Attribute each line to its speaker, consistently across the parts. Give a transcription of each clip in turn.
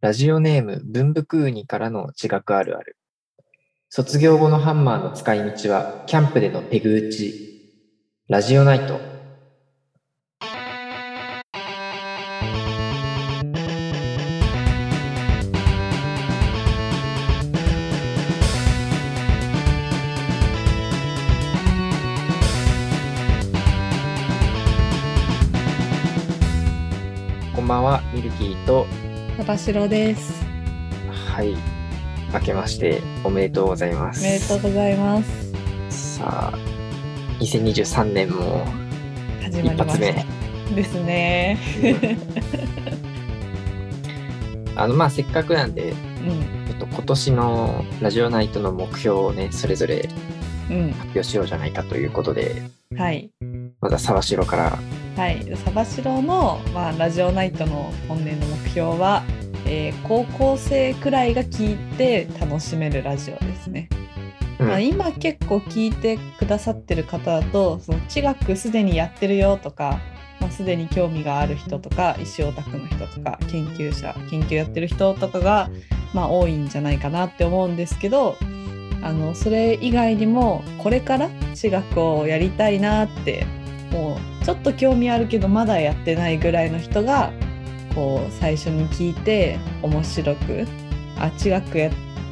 Speaker 1: ラジオネーム、文福ウニからの自覚あるある。卒業後のハンマーの使い道は、キャンプでのペグ打ち。ラジオナイト。こんばんは、ミルキーと、
Speaker 2: 高城です。
Speaker 1: はい。明けまして、おめでとうございま
Speaker 2: お
Speaker 1: す。
Speaker 2: めでとうございます。
Speaker 1: さあ、2023年 も
Speaker 2: 始
Speaker 1: 一
Speaker 2: まりま
Speaker 1: 発
Speaker 2: し
Speaker 1: 目
Speaker 2: た。。ですね。
Speaker 1: あの、まあ、せっかくなんで、
Speaker 2: うん
Speaker 1: ちょっと今年のラジオナイトの目標をね、それぞれ
Speaker 2: う
Speaker 1: 発表しようじゃないかということで、
Speaker 2: んはい
Speaker 1: まずは沢城から、
Speaker 2: はい。サバシロのまあラジオナイトの本年の目標は、えー高校生くらいが聞いて楽しめるラジオですね。
Speaker 1: うん
Speaker 2: まあ、今結構聞いてくださってる方だとその地学すでにやってるよとか、まあ、すでに興味がある人とか石オタクの人とか研究者研究やってる人とかが、まあ、多いんじゃないかなって思うんですけどあのそれ以外にもこれから地学をやりたいなってもうちょっと興味あるけどまだやってないぐらいの人がこう最初に聞いて面白くあ地学や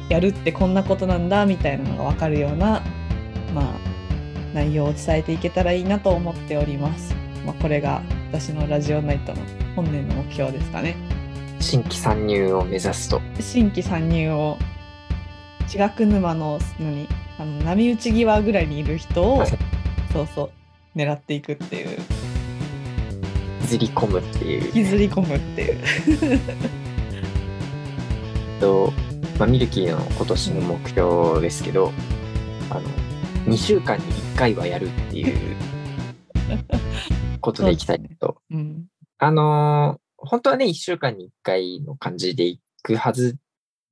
Speaker 2: やるってこんなことなんだみたいなのが分かるような、まあ、内容を伝えていけたらいいなと思っております。まあ、これが私のラジオナイトの本年の目標ですかね。
Speaker 1: 新規参入を目指すと。
Speaker 2: 新規参入を地学沼の何あの波打ち際ぐらいにいる人をそうそう狙っていくっていう
Speaker 1: 引きずり込むっていう。
Speaker 2: 引きずり込むっていう。
Speaker 1: えっと、まあ、ミルキーの今年の目標ですけど、あの、2週間に1回はやるっていう ことでいきたいと。
Speaker 2: うん
Speaker 1: あのー本当はね、1週間に1回の感じで行くはず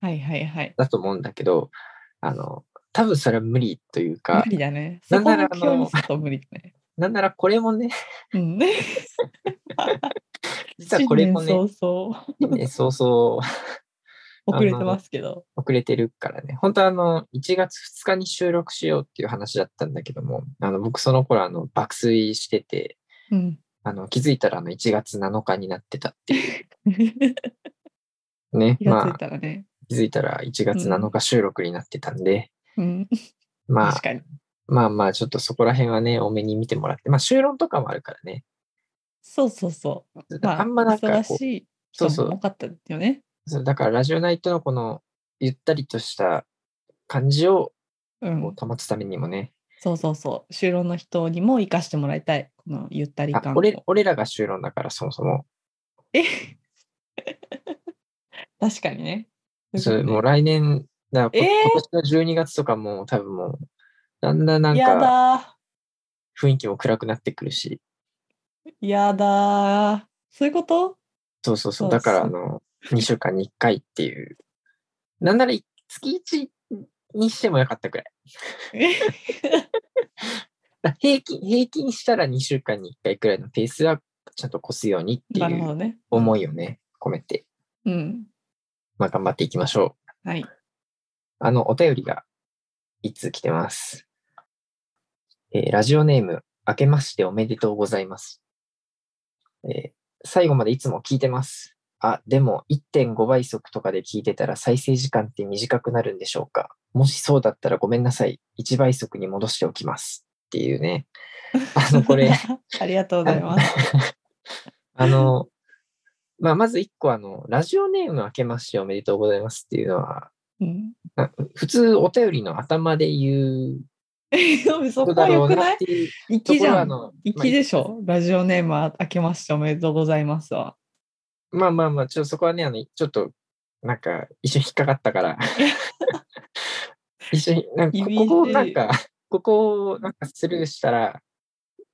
Speaker 2: はいはいはい。
Speaker 1: だと思うんだけど、あの、多分それは無理というか
Speaker 2: 無、理だね。
Speaker 1: な
Speaker 2: そ
Speaker 1: ん
Speaker 2: こ
Speaker 1: な
Speaker 2: を
Speaker 1: ら
Speaker 2: 目標にすると無理だね。
Speaker 1: なんならこれも ね、
Speaker 2: うん、
Speaker 1: 実はこれもね
Speaker 2: 新、年早々
Speaker 1: ねそうそう
Speaker 2: 遅れてますけど。
Speaker 1: 遅れてるからね。本当はあの、1月2日に収録しようっていう話だったんだけども、あの、僕その頃あの、爆睡してて、
Speaker 2: うん。。
Speaker 1: あの、気づいたらあの、1月7日になってたっていうね
Speaker 2: 気がつ
Speaker 1: ま
Speaker 2: い
Speaker 1: あ、
Speaker 2: たらね。
Speaker 1: 気づいたら1月7日収録になってたんで、
Speaker 2: うん。
Speaker 1: まあ
Speaker 2: 確、かに。
Speaker 1: まあまあ、ちょっとそこら辺はね、多めに見てもらって、まあ、修論とかもあるからね。
Speaker 2: そうそうそう。まあ、
Speaker 1: あんまなんか
Speaker 2: 忙
Speaker 1: こう
Speaker 2: し、い
Speaker 1: そう
Speaker 2: 人
Speaker 1: そう
Speaker 2: も多かったよね。
Speaker 1: そうだからラジオナイトのこのゆったりとした感じを
Speaker 2: うん。
Speaker 1: 保つためにもね、
Speaker 2: そうそうそう。就労の人にも生かしてもらいたい。このゆったり
Speaker 1: あ
Speaker 2: 感を。
Speaker 1: 俺俺らが就論だからそもそも、
Speaker 2: え 確かにね。
Speaker 1: そ
Speaker 2: い
Speaker 1: れ
Speaker 2: ことね
Speaker 1: もう来年だからこ、
Speaker 2: えー
Speaker 1: 今年の12月とかも多分もうだんだんなん
Speaker 2: や
Speaker 1: か
Speaker 2: だ
Speaker 1: 雰囲気も暗くなってくるし
Speaker 2: ー。やだー。そういうこと
Speaker 1: そうそうそう
Speaker 2: そう
Speaker 1: だからあ
Speaker 2: そう
Speaker 1: の2週間に1回っていうなんならい月1にしてもよかったくらい
Speaker 2: え
Speaker 1: だ平均平均したら2週間に1回くらいのペースはちゃんと越すようにって
Speaker 2: なる
Speaker 1: い
Speaker 2: ほ
Speaker 1: う
Speaker 2: どね。
Speaker 1: 思いをね込めて、
Speaker 2: うん。
Speaker 1: まあ、頑張っていきましょう
Speaker 2: はい。
Speaker 1: あの、お便りが一通来てます。えーラジオネーム、明けましておめでとうございます。えー最後までいつも聞いてます。あ、でも1.5倍速とかで聞いてたら再生時間って短くなるんでしょうかもしそうだったらごめんなさい。1倍速に戻しておきます。っていうね。 あの、これ、
Speaker 2: ありがとうございます。
Speaker 1: あの、まあ、まず1個、あの、ラジオネーム明けましておめでとうございますっていうのは、
Speaker 2: うん。
Speaker 1: な普通お便りの頭で言う
Speaker 2: そこ
Speaker 1: だ
Speaker 2: は
Speaker 1: ろ
Speaker 2: よ
Speaker 1: う
Speaker 2: く
Speaker 1: な
Speaker 2: な
Speaker 1: っ
Speaker 2: い
Speaker 1: ていうと
Speaker 2: 粋
Speaker 1: こ
Speaker 2: じ
Speaker 1: ろは
Speaker 2: ゃ
Speaker 1: あ
Speaker 2: ん。
Speaker 1: の、
Speaker 2: 粋でしょ。ラジオネームは明けましておめでとうございますわ。
Speaker 1: まあまあまあ、ちょっとそこはね、あの、ちょっと、なんか、一緒に引っかかった から。一緒に、なんか、こ
Speaker 2: 厳しい
Speaker 1: こをなんか、ここをなんかスルーしたら、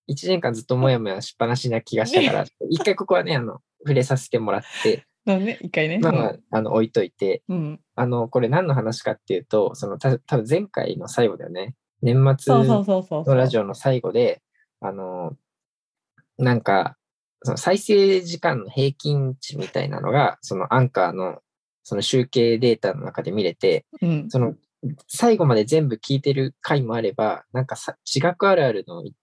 Speaker 1: 一年間ずっともやもやしっぱなしな気がしたから、一回ここはね、あの、触れさせてもらって、
Speaker 2: だね、一回ね。
Speaker 1: まあまあ、あの、置いといて、
Speaker 2: うん。
Speaker 1: あの、これ何の話かっていうと、その、た多分前回の最後だよね。年末
Speaker 2: そうそうそうそう。
Speaker 1: のラジオの最後で、あの、なんか、その再生時間の平均値みたいなのが、そのアンカーのその集計データの中で見れて、
Speaker 2: うん
Speaker 1: その最後まで全部聞いてる回もあれば、なんかさ、地学あるあるの、い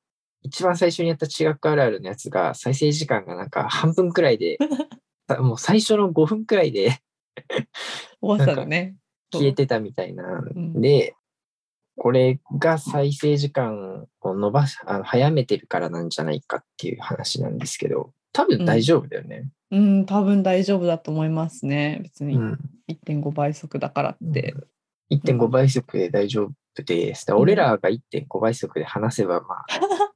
Speaker 1: 一番最初にやった地学あるあるのやつが、再生時間がなんか半分くらいで、さもう最初の5分くらいで
Speaker 2: おばさんのね。
Speaker 1: 消えてたみたいなんで、これが再生時間を伸ばし、あの早めてるからなんじゃないかっていう話なんですけど、多分大丈夫だよね。
Speaker 2: うん、多分大丈夫だと思いますね。別
Speaker 1: う
Speaker 2: に
Speaker 1: ん。
Speaker 2: 1.5倍速だからって。。
Speaker 1: 1.5倍速で大丈夫です。だから俺らが1.5倍速で話せば、ま あ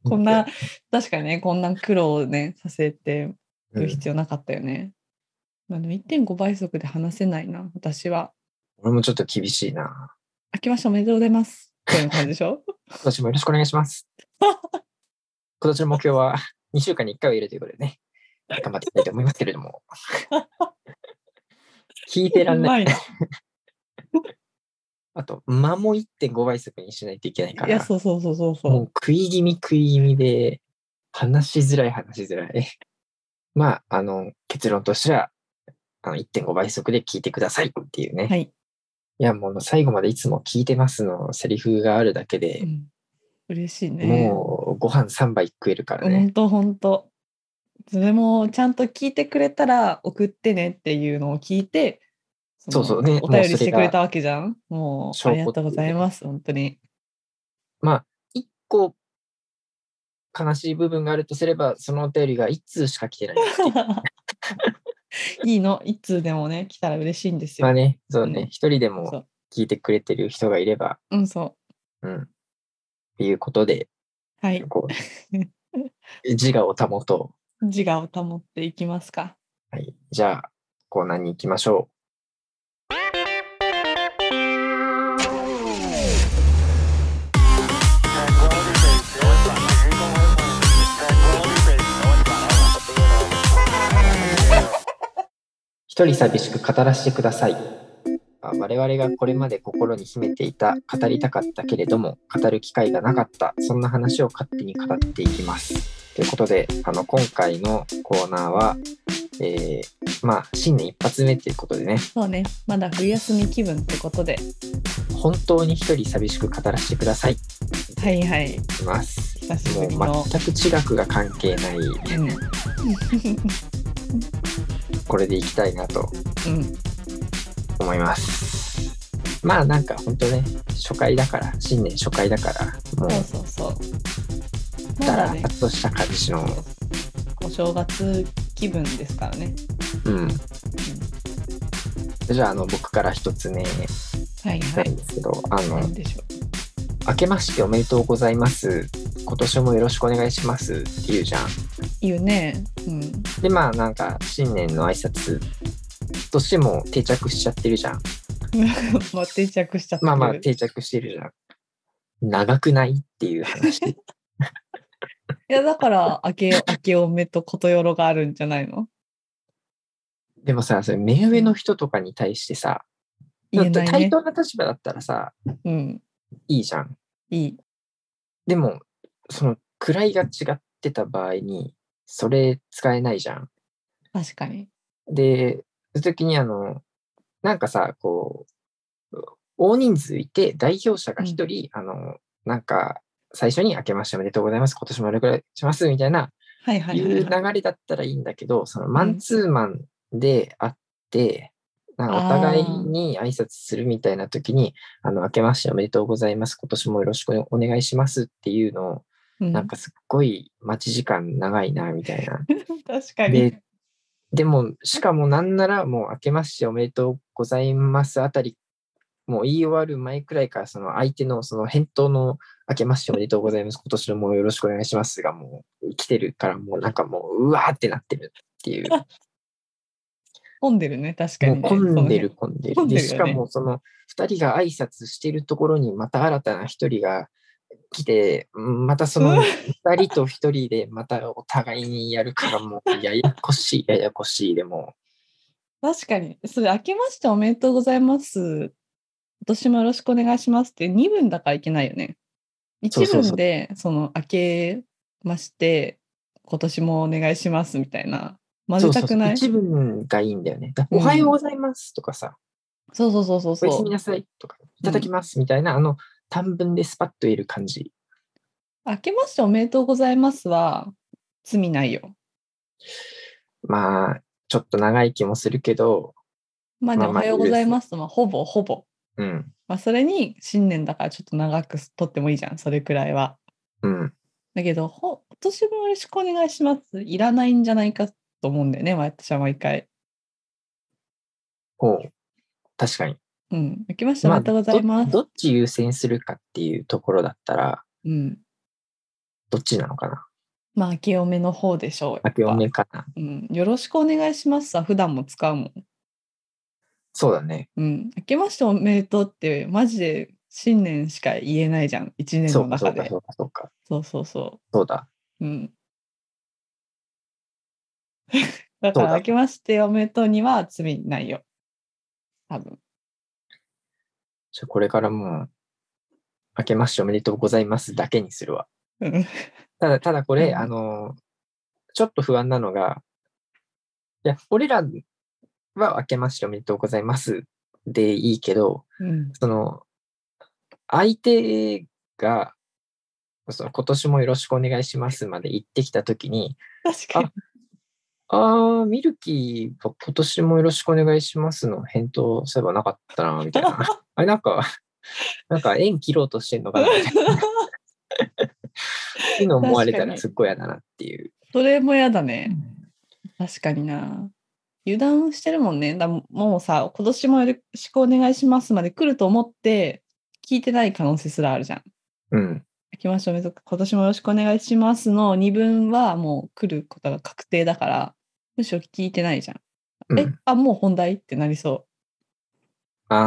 Speaker 2: こんな、確かにね、こんな苦労をね、させて
Speaker 1: う
Speaker 2: る
Speaker 1: ん、
Speaker 2: 必要なかったよね。まあ、でも1.5倍速で話せないな、私は。
Speaker 1: 俺もちょっと厳しいな。
Speaker 2: 明けましておめでとうございます。みたいな感じで しょ
Speaker 1: 今年もよろしくお願いします。 今年の目標は2週間に1回は入れるということでね、頑張っていきたいと思いますけれど も。聞いてらん
Speaker 2: う
Speaker 1: ない。
Speaker 2: まいな。
Speaker 1: あと、間も1.5倍速にしないといけないか
Speaker 2: いや、
Speaker 1: ら、
Speaker 2: そうそうそうそう
Speaker 1: もう
Speaker 2: そ
Speaker 1: 食い気味食い気味で、話しづらい話しづらい。 まあ、あの、結論としては、あの1.5倍速で聞いてくださいっていうね。
Speaker 2: う。はい。
Speaker 1: いや、もう最後までいつも聞いてますのセリフがあるだけ
Speaker 2: う
Speaker 1: で、
Speaker 2: ん、嬉しいね。
Speaker 1: もうご飯3杯食えるからね。
Speaker 2: 本当本当それもちゃんと聞いてくれたら送ってねっていうのを聞いての
Speaker 1: そうそうね
Speaker 2: お
Speaker 1: もう
Speaker 2: 便り
Speaker 1: それが
Speaker 2: してくれたわけじゃんもう
Speaker 1: 証
Speaker 2: あ
Speaker 1: 拠
Speaker 2: りがとうございます本当に
Speaker 1: まあ、一個悲しい部分があるとすれば、そのお便りが一通しか来てないっていう
Speaker 2: いいの一通でもね来たら嬉しいんですよ、
Speaker 1: まあね、そうね
Speaker 2: うん、
Speaker 1: 一、人で
Speaker 2: そ
Speaker 1: も
Speaker 2: う
Speaker 1: 聞いてくれてる人がいれば、
Speaker 2: うんそ
Speaker 1: うん。っていうことで、
Speaker 2: うはい
Speaker 1: こう、自我を保と
Speaker 2: 自我を保っていきますか
Speaker 1: う。はい。じゃあ、コーナーに行きましょう。 一人寂しく語らせてください。あ我々がこれまで心に秘めていた、語りたかったけれども、語る機会がなかった、そんな話を勝手に語っていきます。ということで、あの、今回のコーナーは、えーまあ、新年一発目ということでね、
Speaker 2: そうねまだ冬休み気分ってことで
Speaker 1: 本当に一人寂しく語らせてください。
Speaker 2: はいはい
Speaker 1: いきます。
Speaker 2: 久しぶり
Speaker 1: も
Speaker 2: の
Speaker 1: う、全く地学が関係ない、
Speaker 2: うん、
Speaker 1: これでいきたいなと
Speaker 2: うん
Speaker 1: 思います。まあなんか本当ね、初回だから、新年初回だから、も
Speaker 2: そう
Speaker 1: う、
Speaker 2: そうそうま
Speaker 1: だ
Speaker 2: だ
Speaker 1: ら
Speaker 2: ね
Speaker 1: だっとした感じの、
Speaker 2: お正月気分ですからね
Speaker 1: うん。じゃあ、あの、僕から一つ目な
Speaker 2: はいはい
Speaker 1: んですけど、あの、
Speaker 2: なんでしょう
Speaker 1: 明けましておめでとうございます。今年もよろしくお願いしますって言うじゃん。
Speaker 2: 言うねうん
Speaker 1: で、まあなんか、新年の挨拶としても定着しちゃってるじゃん。
Speaker 2: まあ定着しちゃってる
Speaker 1: まあまあ定着してるじゃん。長くないっていう話。
Speaker 2: いやだから明け明けおめとことよろがあるんじゃないの
Speaker 1: でもさ、それ目上の人とかに対してさ、
Speaker 2: 言えない
Speaker 1: 対
Speaker 2: ね
Speaker 1: 等な立場だったらさ、
Speaker 2: うん
Speaker 1: いいじゃん。
Speaker 2: いい
Speaker 1: でも、その位が違ってた場合に、それ使えないじゃん。
Speaker 2: 確かに
Speaker 1: で、そういう時にあの、なんかさ、こう、大人数いて代表者が一人、あの、なんか、最初に明けましておめでとうございます。今年もよろしくお願いします。みたいな、
Speaker 2: はいはいいうはい、はい、
Speaker 1: 流れだったらいいんだけど、そのマンツーマンで会って、なんかお互いに挨拶するみたいな時に、あの、明けましておめでとうございます。今年もよろしくお願いしますっていうのを、
Speaker 2: うん
Speaker 1: なんかすっごい待ち時間長いな、みたいな。
Speaker 2: 確かに
Speaker 1: で、でも、しかもなんなら、もう明けましておめでとうございますあたり、もう言い終わる前くらいから、その相手のその返答の明けましておめでとうございます、今年もよろしくお願いしますが、もう来てるから、もうなんかもう、うわーってなってるっていう、
Speaker 2: 混んでるね確か
Speaker 1: も
Speaker 2: に、
Speaker 1: う
Speaker 2: ね、
Speaker 1: 混んでる
Speaker 2: そ、
Speaker 1: 混んで
Speaker 2: 混
Speaker 1: る。
Speaker 2: んで
Speaker 1: で、
Speaker 2: るよね
Speaker 1: しかもその2人が挨拶してるところに、また新たな1人が来て、うんまたその
Speaker 2: うわ
Speaker 1: 2人と1人で、またお互いにやるから、もうややこしい、ややこしい、でも。
Speaker 2: うね確かにそれ明けましておめでとうございます今年もよろしくお願いしますって2分だからいけないよね
Speaker 1: そう
Speaker 2: 1
Speaker 1: そうそう
Speaker 2: 分でその明けまして今年もお願いしますみたいな混ぜたくない
Speaker 1: そうそうそう一文がいいんだよね。だ
Speaker 2: うん
Speaker 1: おはようございますとかさ、
Speaker 2: そうそうそうそう
Speaker 1: おや
Speaker 2: そ
Speaker 1: す
Speaker 2: う
Speaker 1: みなさいとか、いただきますみたいな、あの短文でスパッと言える感じ。
Speaker 2: 明けましておめでとうございますは罪ないよ
Speaker 1: まあ、ちょっと長い気もするけど、
Speaker 2: まあ
Speaker 1: まあ
Speaker 2: でもお
Speaker 1: まあ
Speaker 2: はようございますとまあほぼほぼ
Speaker 1: うん、
Speaker 2: まあそれに新年だからちょっと長く取ってもいいじゃんそれくらいは
Speaker 1: うん、
Speaker 2: だけどほ今年もよろしくお願いしますいらないんじゃないかと思うんだよね私は毎回
Speaker 1: ほう。確かに。
Speaker 2: うん明けましておめでとうございます、
Speaker 1: どどっち優先するかっていうところだったら、
Speaker 2: うん
Speaker 1: どっちなのかな
Speaker 2: まあ明けおめの方でしょうやっぱ
Speaker 1: 明けおめかな
Speaker 2: うん、よろしくお願いしますさ普段も使うもん
Speaker 1: そうだね。
Speaker 2: うん、明けましておめでとうってマジで新年しか言えないじゃん一年
Speaker 1: そ
Speaker 2: の
Speaker 1: うか、そ
Speaker 2: 中
Speaker 1: うか、
Speaker 2: で
Speaker 1: そうか、そうか。
Speaker 2: そうそうそ
Speaker 1: そうだ。
Speaker 2: う、うん、 だか
Speaker 1: そう
Speaker 2: ら
Speaker 1: だ
Speaker 2: 明けましておめでとうには罪ないよ多分
Speaker 1: じゃあこれからもう、明けましておめでとうございますだけにするわ。
Speaker 2: うん
Speaker 1: ただ、ただこれ、
Speaker 2: うん
Speaker 1: あの、ちょっと不安なのが、いや、俺らは明けましておめでとうございますでいいけど、
Speaker 2: うん
Speaker 1: その、相手が、その今年もよろしくお願いしますまで言ってきたときに、
Speaker 2: 確かに
Speaker 1: あー、ミルキーは今年もよろしくお願いしますの返答すればなかったな、みたい な。あれ、なんか、なんか縁切ろうとしてんのかな、みたいな。っていうの思われた
Speaker 2: 確からに
Speaker 1: すっごい嫌だなっていう。
Speaker 2: それもやだね確かにな油断してるもんねだもうさ今年もよろしくお願いしますまで来ると思って聞いてない可能性すらあるじゃん
Speaker 1: うん。
Speaker 2: 明けましておめでとう今年もよろしくお願いしますの2分はもう来ることが確定だからむしろ聞いてないじゃん。
Speaker 1: う
Speaker 2: え
Speaker 1: ん、
Speaker 2: あもう本題ってなりそ
Speaker 1: あ
Speaker 2: う。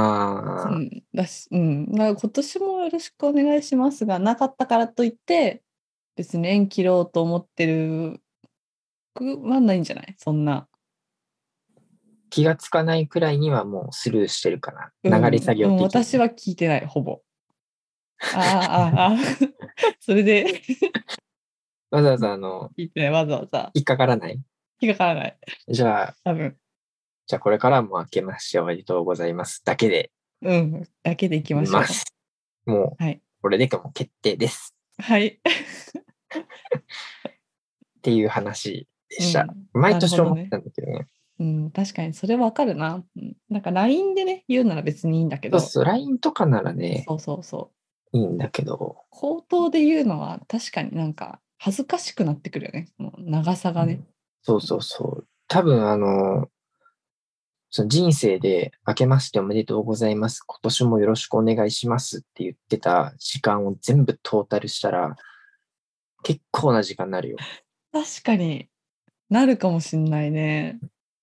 Speaker 1: あ、
Speaker 2: うん、だし、うん、だから今年もよろしくお願いしますがなかったからといって別に縁切ろうと思ってるくはないんじゃないそんな。
Speaker 1: 気がつかないくらいにはもうスルーしてるか
Speaker 2: うん
Speaker 1: な。流れ作業
Speaker 2: うん
Speaker 1: 的に。
Speaker 2: 私は聞いてないほぼ。ああああ それで
Speaker 1: わざわざあの、
Speaker 2: 聞いてないわざわざ
Speaker 1: 引っかからない。
Speaker 2: 引っかからない
Speaker 1: じゃあ、
Speaker 2: 多分。
Speaker 1: じゃあこれからも明けましておめでとうございますだけで
Speaker 2: うんだけでいきましょう
Speaker 1: ま。す。もう、
Speaker 2: はい
Speaker 1: これでもう決定です。
Speaker 2: はい。
Speaker 1: っていう話でした。
Speaker 2: うん
Speaker 1: 毎年思ってたんだけどね。
Speaker 2: うん、確かにそれわかるな。うんなんか LINE でね、言うなら別にいいんだけ
Speaker 1: そ
Speaker 2: ど、
Speaker 1: う
Speaker 2: そ
Speaker 1: そう、LINE とかならね、
Speaker 2: うそうそう。
Speaker 1: いいんだけど、
Speaker 2: 口頭で言うのは確かになんか恥ずかしくなってくるよね。その長さがね。
Speaker 1: そうそうそう。多分、あの、その人生で、明けましておめでとうございます。今年もよろしくお願いしますって言ってた時間を全部トータルしたら、結構な時間になるよ。
Speaker 2: 確かになるかもしんないね。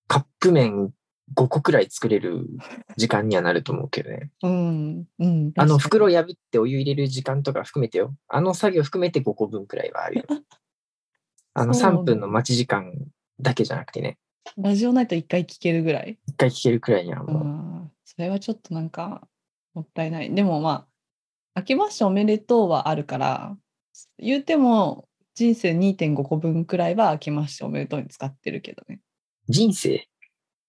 Speaker 1: カップ麺5個くらい作れる時間にはなると思うけどね。
Speaker 2: うん。うん、
Speaker 1: あの、
Speaker 2: 確かに
Speaker 1: 袋破ってお湯入れる時間とか含めてよ。あの作業含めて5個分くらいはある よ。あの、
Speaker 2: そうなんだ
Speaker 1: 3分の待ち時間だけじゃなくてね、
Speaker 2: ラジオないと一回聞けるぐらい。
Speaker 1: 1回聞けるくらいには
Speaker 2: う
Speaker 1: もう、
Speaker 2: ん。それはちょっとなんかもったいない。でもまあ、明けましておめでとうはあるから、言うても人生2.5個分くらいは明けましておめでとうに使ってるけどね。
Speaker 1: 人生、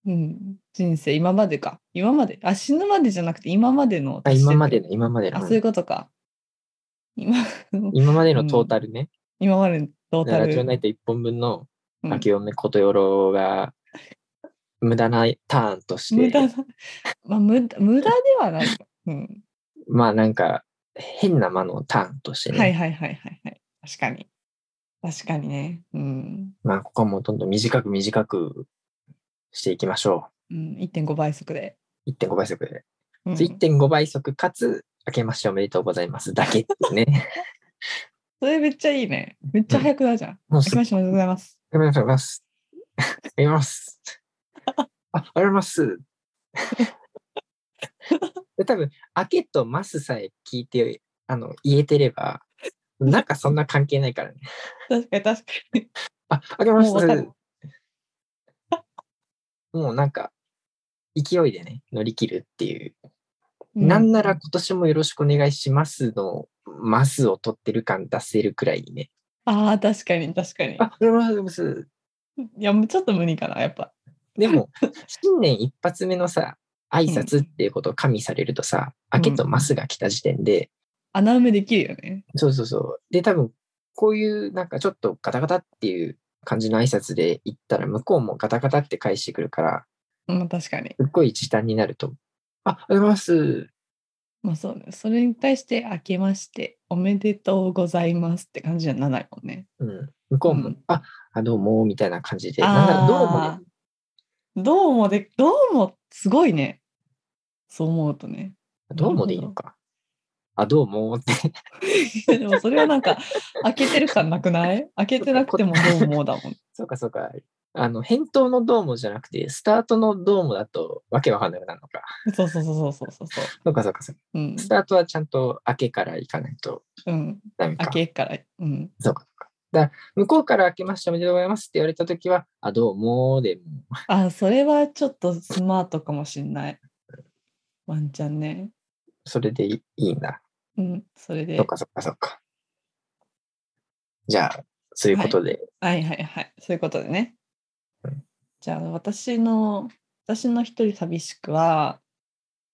Speaker 2: うん、人生今までか今まであ死ぬまでじゃなくて今までの
Speaker 1: あ
Speaker 2: 足し
Speaker 1: 今
Speaker 2: てる
Speaker 1: までの、今までの
Speaker 2: あ、そういうことか今
Speaker 1: 今までのトータルね、
Speaker 2: 今までのトータ
Speaker 1: ラ
Speaker 2: ル
Speaker 1: ジオナイト1本分の
Speaker 2: うん
Speaker 1: 明けおめことよろが、無駄なターンとし
Speaker 2: 無駄
Speaker 1: て、
Speaker 2: な、まあ、無駄無駄ではない、うん
Speaker 1: まあなんか、変な間のターンとしてね、
Speaker 2: はいはいはいはいはい確かに確かにねうん、
Speaker 1: まあここはもうどんどん短く短くしていきましょ
Speaker 2: うん、1.5倍速で、
Speaker 1: う。1.5倍速で。
Speaker 2: うん
Speaker 1: 1.5倍速かつ、明けましておめでとうございますだけです ね。
Speaker 2: それめっちゃいいねめっちゃ早くなるじゃん、
Speaker 1: もう
Speaker 2: 明
Speaker 1: す
Speaker 2: け
Speaker 1: ぐ、
Speaker 2: ましておめでとうございます
Speaker 1: ありがとうございます。あり ます。あ、ありがとうございます。で多分、明けとますさえ聞いて、あの、言えてれば、なんかそんな関係ないからね。
Speaker 2: 確かに確かに
Speaker 1: あ、明けま
Speaker 2: もうわ
Speaker 1: す
Speaker 2: かる。
Speaker 1: もうなんか、勢いでね、乗り切るっていう。
Speaker 2: う
Speaker 1: なんなら今年もよろしくお願いしますの、ますを取ってる感出せるくらいにね。
Speaker 2: あー確かに確かに
Speaker 1: あ、ありがとうございます。
Speaker 2: いやもうちょっと無理かなやっぱ
Speaker 1: でも、新年一発目のさ、挨拶っていうことを加味されるとさ、明けとマスが来た時点で、
Speaker 2: 穴埋めできるよね。
Speaker 1: そうそうそう。で、多分、こういうなんかちょっとガタガタっていう感じの挨拶で行ったら、向こうもガタガタって返してくるから、
Speaker 2: まあ確かに。
Speaker 1: すっごい時短になると、あ、おはようございます。
Speaker 2: まあそうね。それに対して、明けまして、おめでとうございますって感じじゃならないもんね。
Speaker 1: うん。向こうも、
Speaker 2: うん
Speaker 1: あ、あどうも、みたいな感じで、なんだろう、
Speaker 2: あ
Speaker 1: どうもね、
Speaker 2: ーどうもで、どうもすごいね。そう思うとね。
Speaker 1: どうもでいいのか。あ、どうもって。
Speaker 2: でもそれはなんか、開けてる感なくない開けてなくてもどうもだもん。
Speaker 1: そうか、そうか。あの、返答のどうもじゃなくて、スタートのどうもだとわけわかんなくなるのか。
Speaker 2: そうそうそうそうそうそう。
Speaker 1: そうか、そうか、そうか。
Speaker 2: うん。
Speaker 1: スタートはちゃんと明けから行かないと
Speaker 2: うん。
Speaker 1: ダメか。
Speaker 2: 開けから。うん。
Speaker 1: そうか、そうか。だから向こうから明けましておめでとうございますって言われたときは、あ、どうもでも、
Speaker 2: あ、それはちょっとスマートかもしんない。ワンちゃんね。
Speaker 1: それでいいんだ。
Speaker 2: うん。それで。
Speaker 1: そう
Speaker 2: は
Speaker 1: か、そうか、そうか。じゃあ、そういうことで、
Speaker 2: いはいはい。そういうことでね
Speaker 1: うん。
Speaker 2: じゃあ私の、私の一人寂しくは、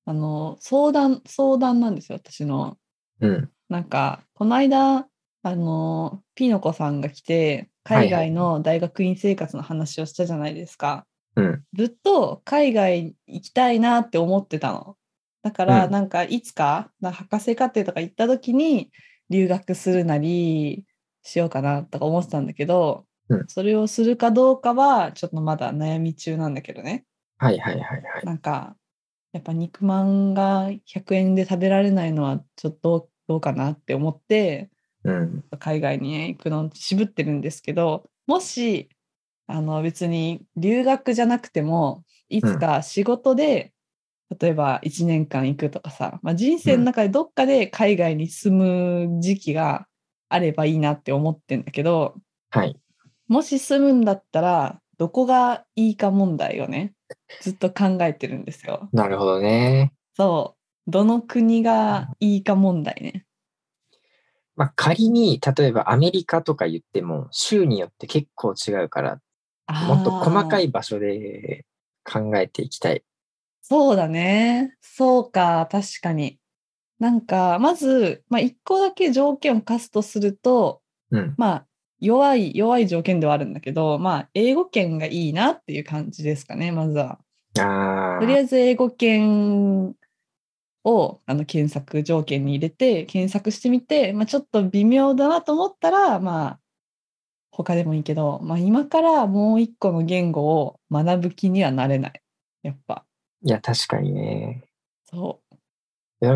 Speaker 2: あの、相談、相談なんですよ。私の
Speaker 1: うん。
Speaker 2: なんかこの間あのピーノコさんが来て
Speaker 1: はいはい
Speaker 2: 海外の大学院生活の話をしたじゃないですか、
Speaker 1: うん
Speaker 2: ずっと海外行きたいなって思ってたのだから
Speaker 1: うん
Speaker 2: なんかいつか、な博士課程とか行った時に留学するなりしようかなとか思ってたんだけど、
Speaker 1: うん
Speaker 2: それをするかどうかはちょっとまだ悩み中なんだけどね
Speaker 1: はいはいはいはい。
Speaker 2: なんかやっぱ肉まんが100円で食べられないのはちょっとどうかなって思って
Speaker 1: うん。
Speaker 2: 海外にね行くの渋ってるんですけどもしあの別に留学じゃなくてもいつか仕事で、例えば1年間行くとかさ、まあ、人生の中でどっかで海外に住む時期があればいいなって思ってんだけど
Speaker 1: はい。
Speaker 2: もし住むんだったらどこがいいか問題をねずっと考えてるんですよ。
Speaker 1: なるほどね。
Speaker 2: そう。どの国がいいか問題ね。
Speaker 1: まあ、仮に、例えばアメリカとか言っても、州によって結構違うから、もっと細か
Speaker 2: あー。
Speaker 1: い場所で考えていきたい。
Speaker 2: そうだね。そうか、確かに。なんか、まず、まあ、一個だけ条件を課すとすると、
Speaker 1: うん。
Speaker 2: まあ、弱い、弱い条件ではあるんだけど、まあ、英語圏がいいなっていう感じですかね、まずは。
Speaker 1: あ
Speaker 2: とりあ
Speaker 1: あ。
Speaker 2: えず英語圏をあの検索条件に入れて検索してみて、まあ、ちょっと微妙だなと思ったらまあ他でもいいけど、まあ、今からもう一個の言語を学ぶ気にはなれないやっぱ
Speaker 1: いや、確かにね。
Speaker 2: そう
Speaker 1: いや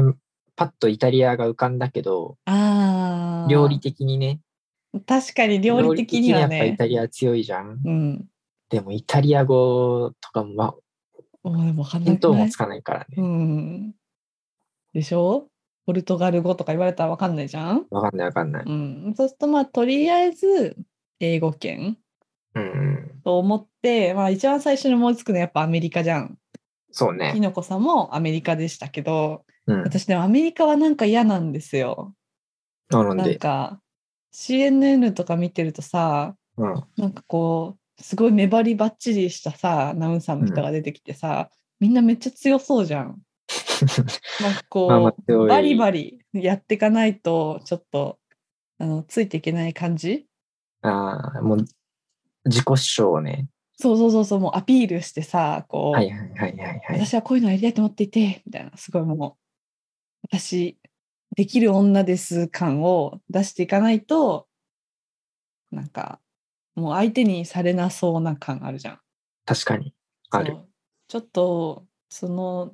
Speaker 1: パッとイタリアが浮かんだけど、
Speaker 2: あー
Speaker 1: 料理的にね。
Speaker 2: 確かに料理的には
Speaker 1: 料理的やっぱイ
Speaker 2: ね
Speaker 1: タリア強いじゃん。
Speaker 2: うん
Speaker 1: でもイタリア語とかも、ま
Speaker 2: お前も
Speaker 1: あ、
Speaker 2: 話
Speaker 1: 見
Speaker 2: なく
Speaker 1: 当
Speaker 2: な
Speaker 1: も
Speaker 2: い
Speaker 1: つかないから
Speaker 2: う
Speaker 1: ね。
Speaker 2: んでしょポルトガル語とか言われたらわかんないじゃん
Speaker 1: わかんないわかんない。
Speaker 2: うんそうするとまあとりあえず英語圏
Speaker 1: うんうん。
Speaker 2: と思って、まあ、一番最初に思いつくのはやっぱアメリカじゃん。
Speaker 1: そう
Speaker 2: き
Speaker 1: ね。
Speaker 2: のこさんもアメリカでしたけど
Speaker 1: うん。
Speaker 2: 私でもアメリカはなんか嫌なんですよ。
Speaker 1: なの
Speaker 2: なん
Speaker 1: で、
Speaker 2: か CNN とか見てるとさ
Speaker 1: うん。
Speaker 2: なんかこうすごい目張りばっちりしたさアナウンサーの人が出てきてさ、みんなめっちゃ強そうじゃ ん。なんかこう、
Speaker 1: まあまあ強い
Speaker 2: バリバリやっていかないとちょっとあのついていけない感じ
Speaker 1: ああ、もう、自己主張をね。
Speaker 2: そうそうそうそうもうアピールしてさこう、
Speaker 1: はいはいはいはいはい。
Speaker 2: 私はこういうのやりたいと思っていてみたいなすごいもう私できる女です感を出していかないとなんかもう相手にされなそうな感あるじゃん。
Speaker 1: 確かに。ある
Speaker 2: そ。うちょっとその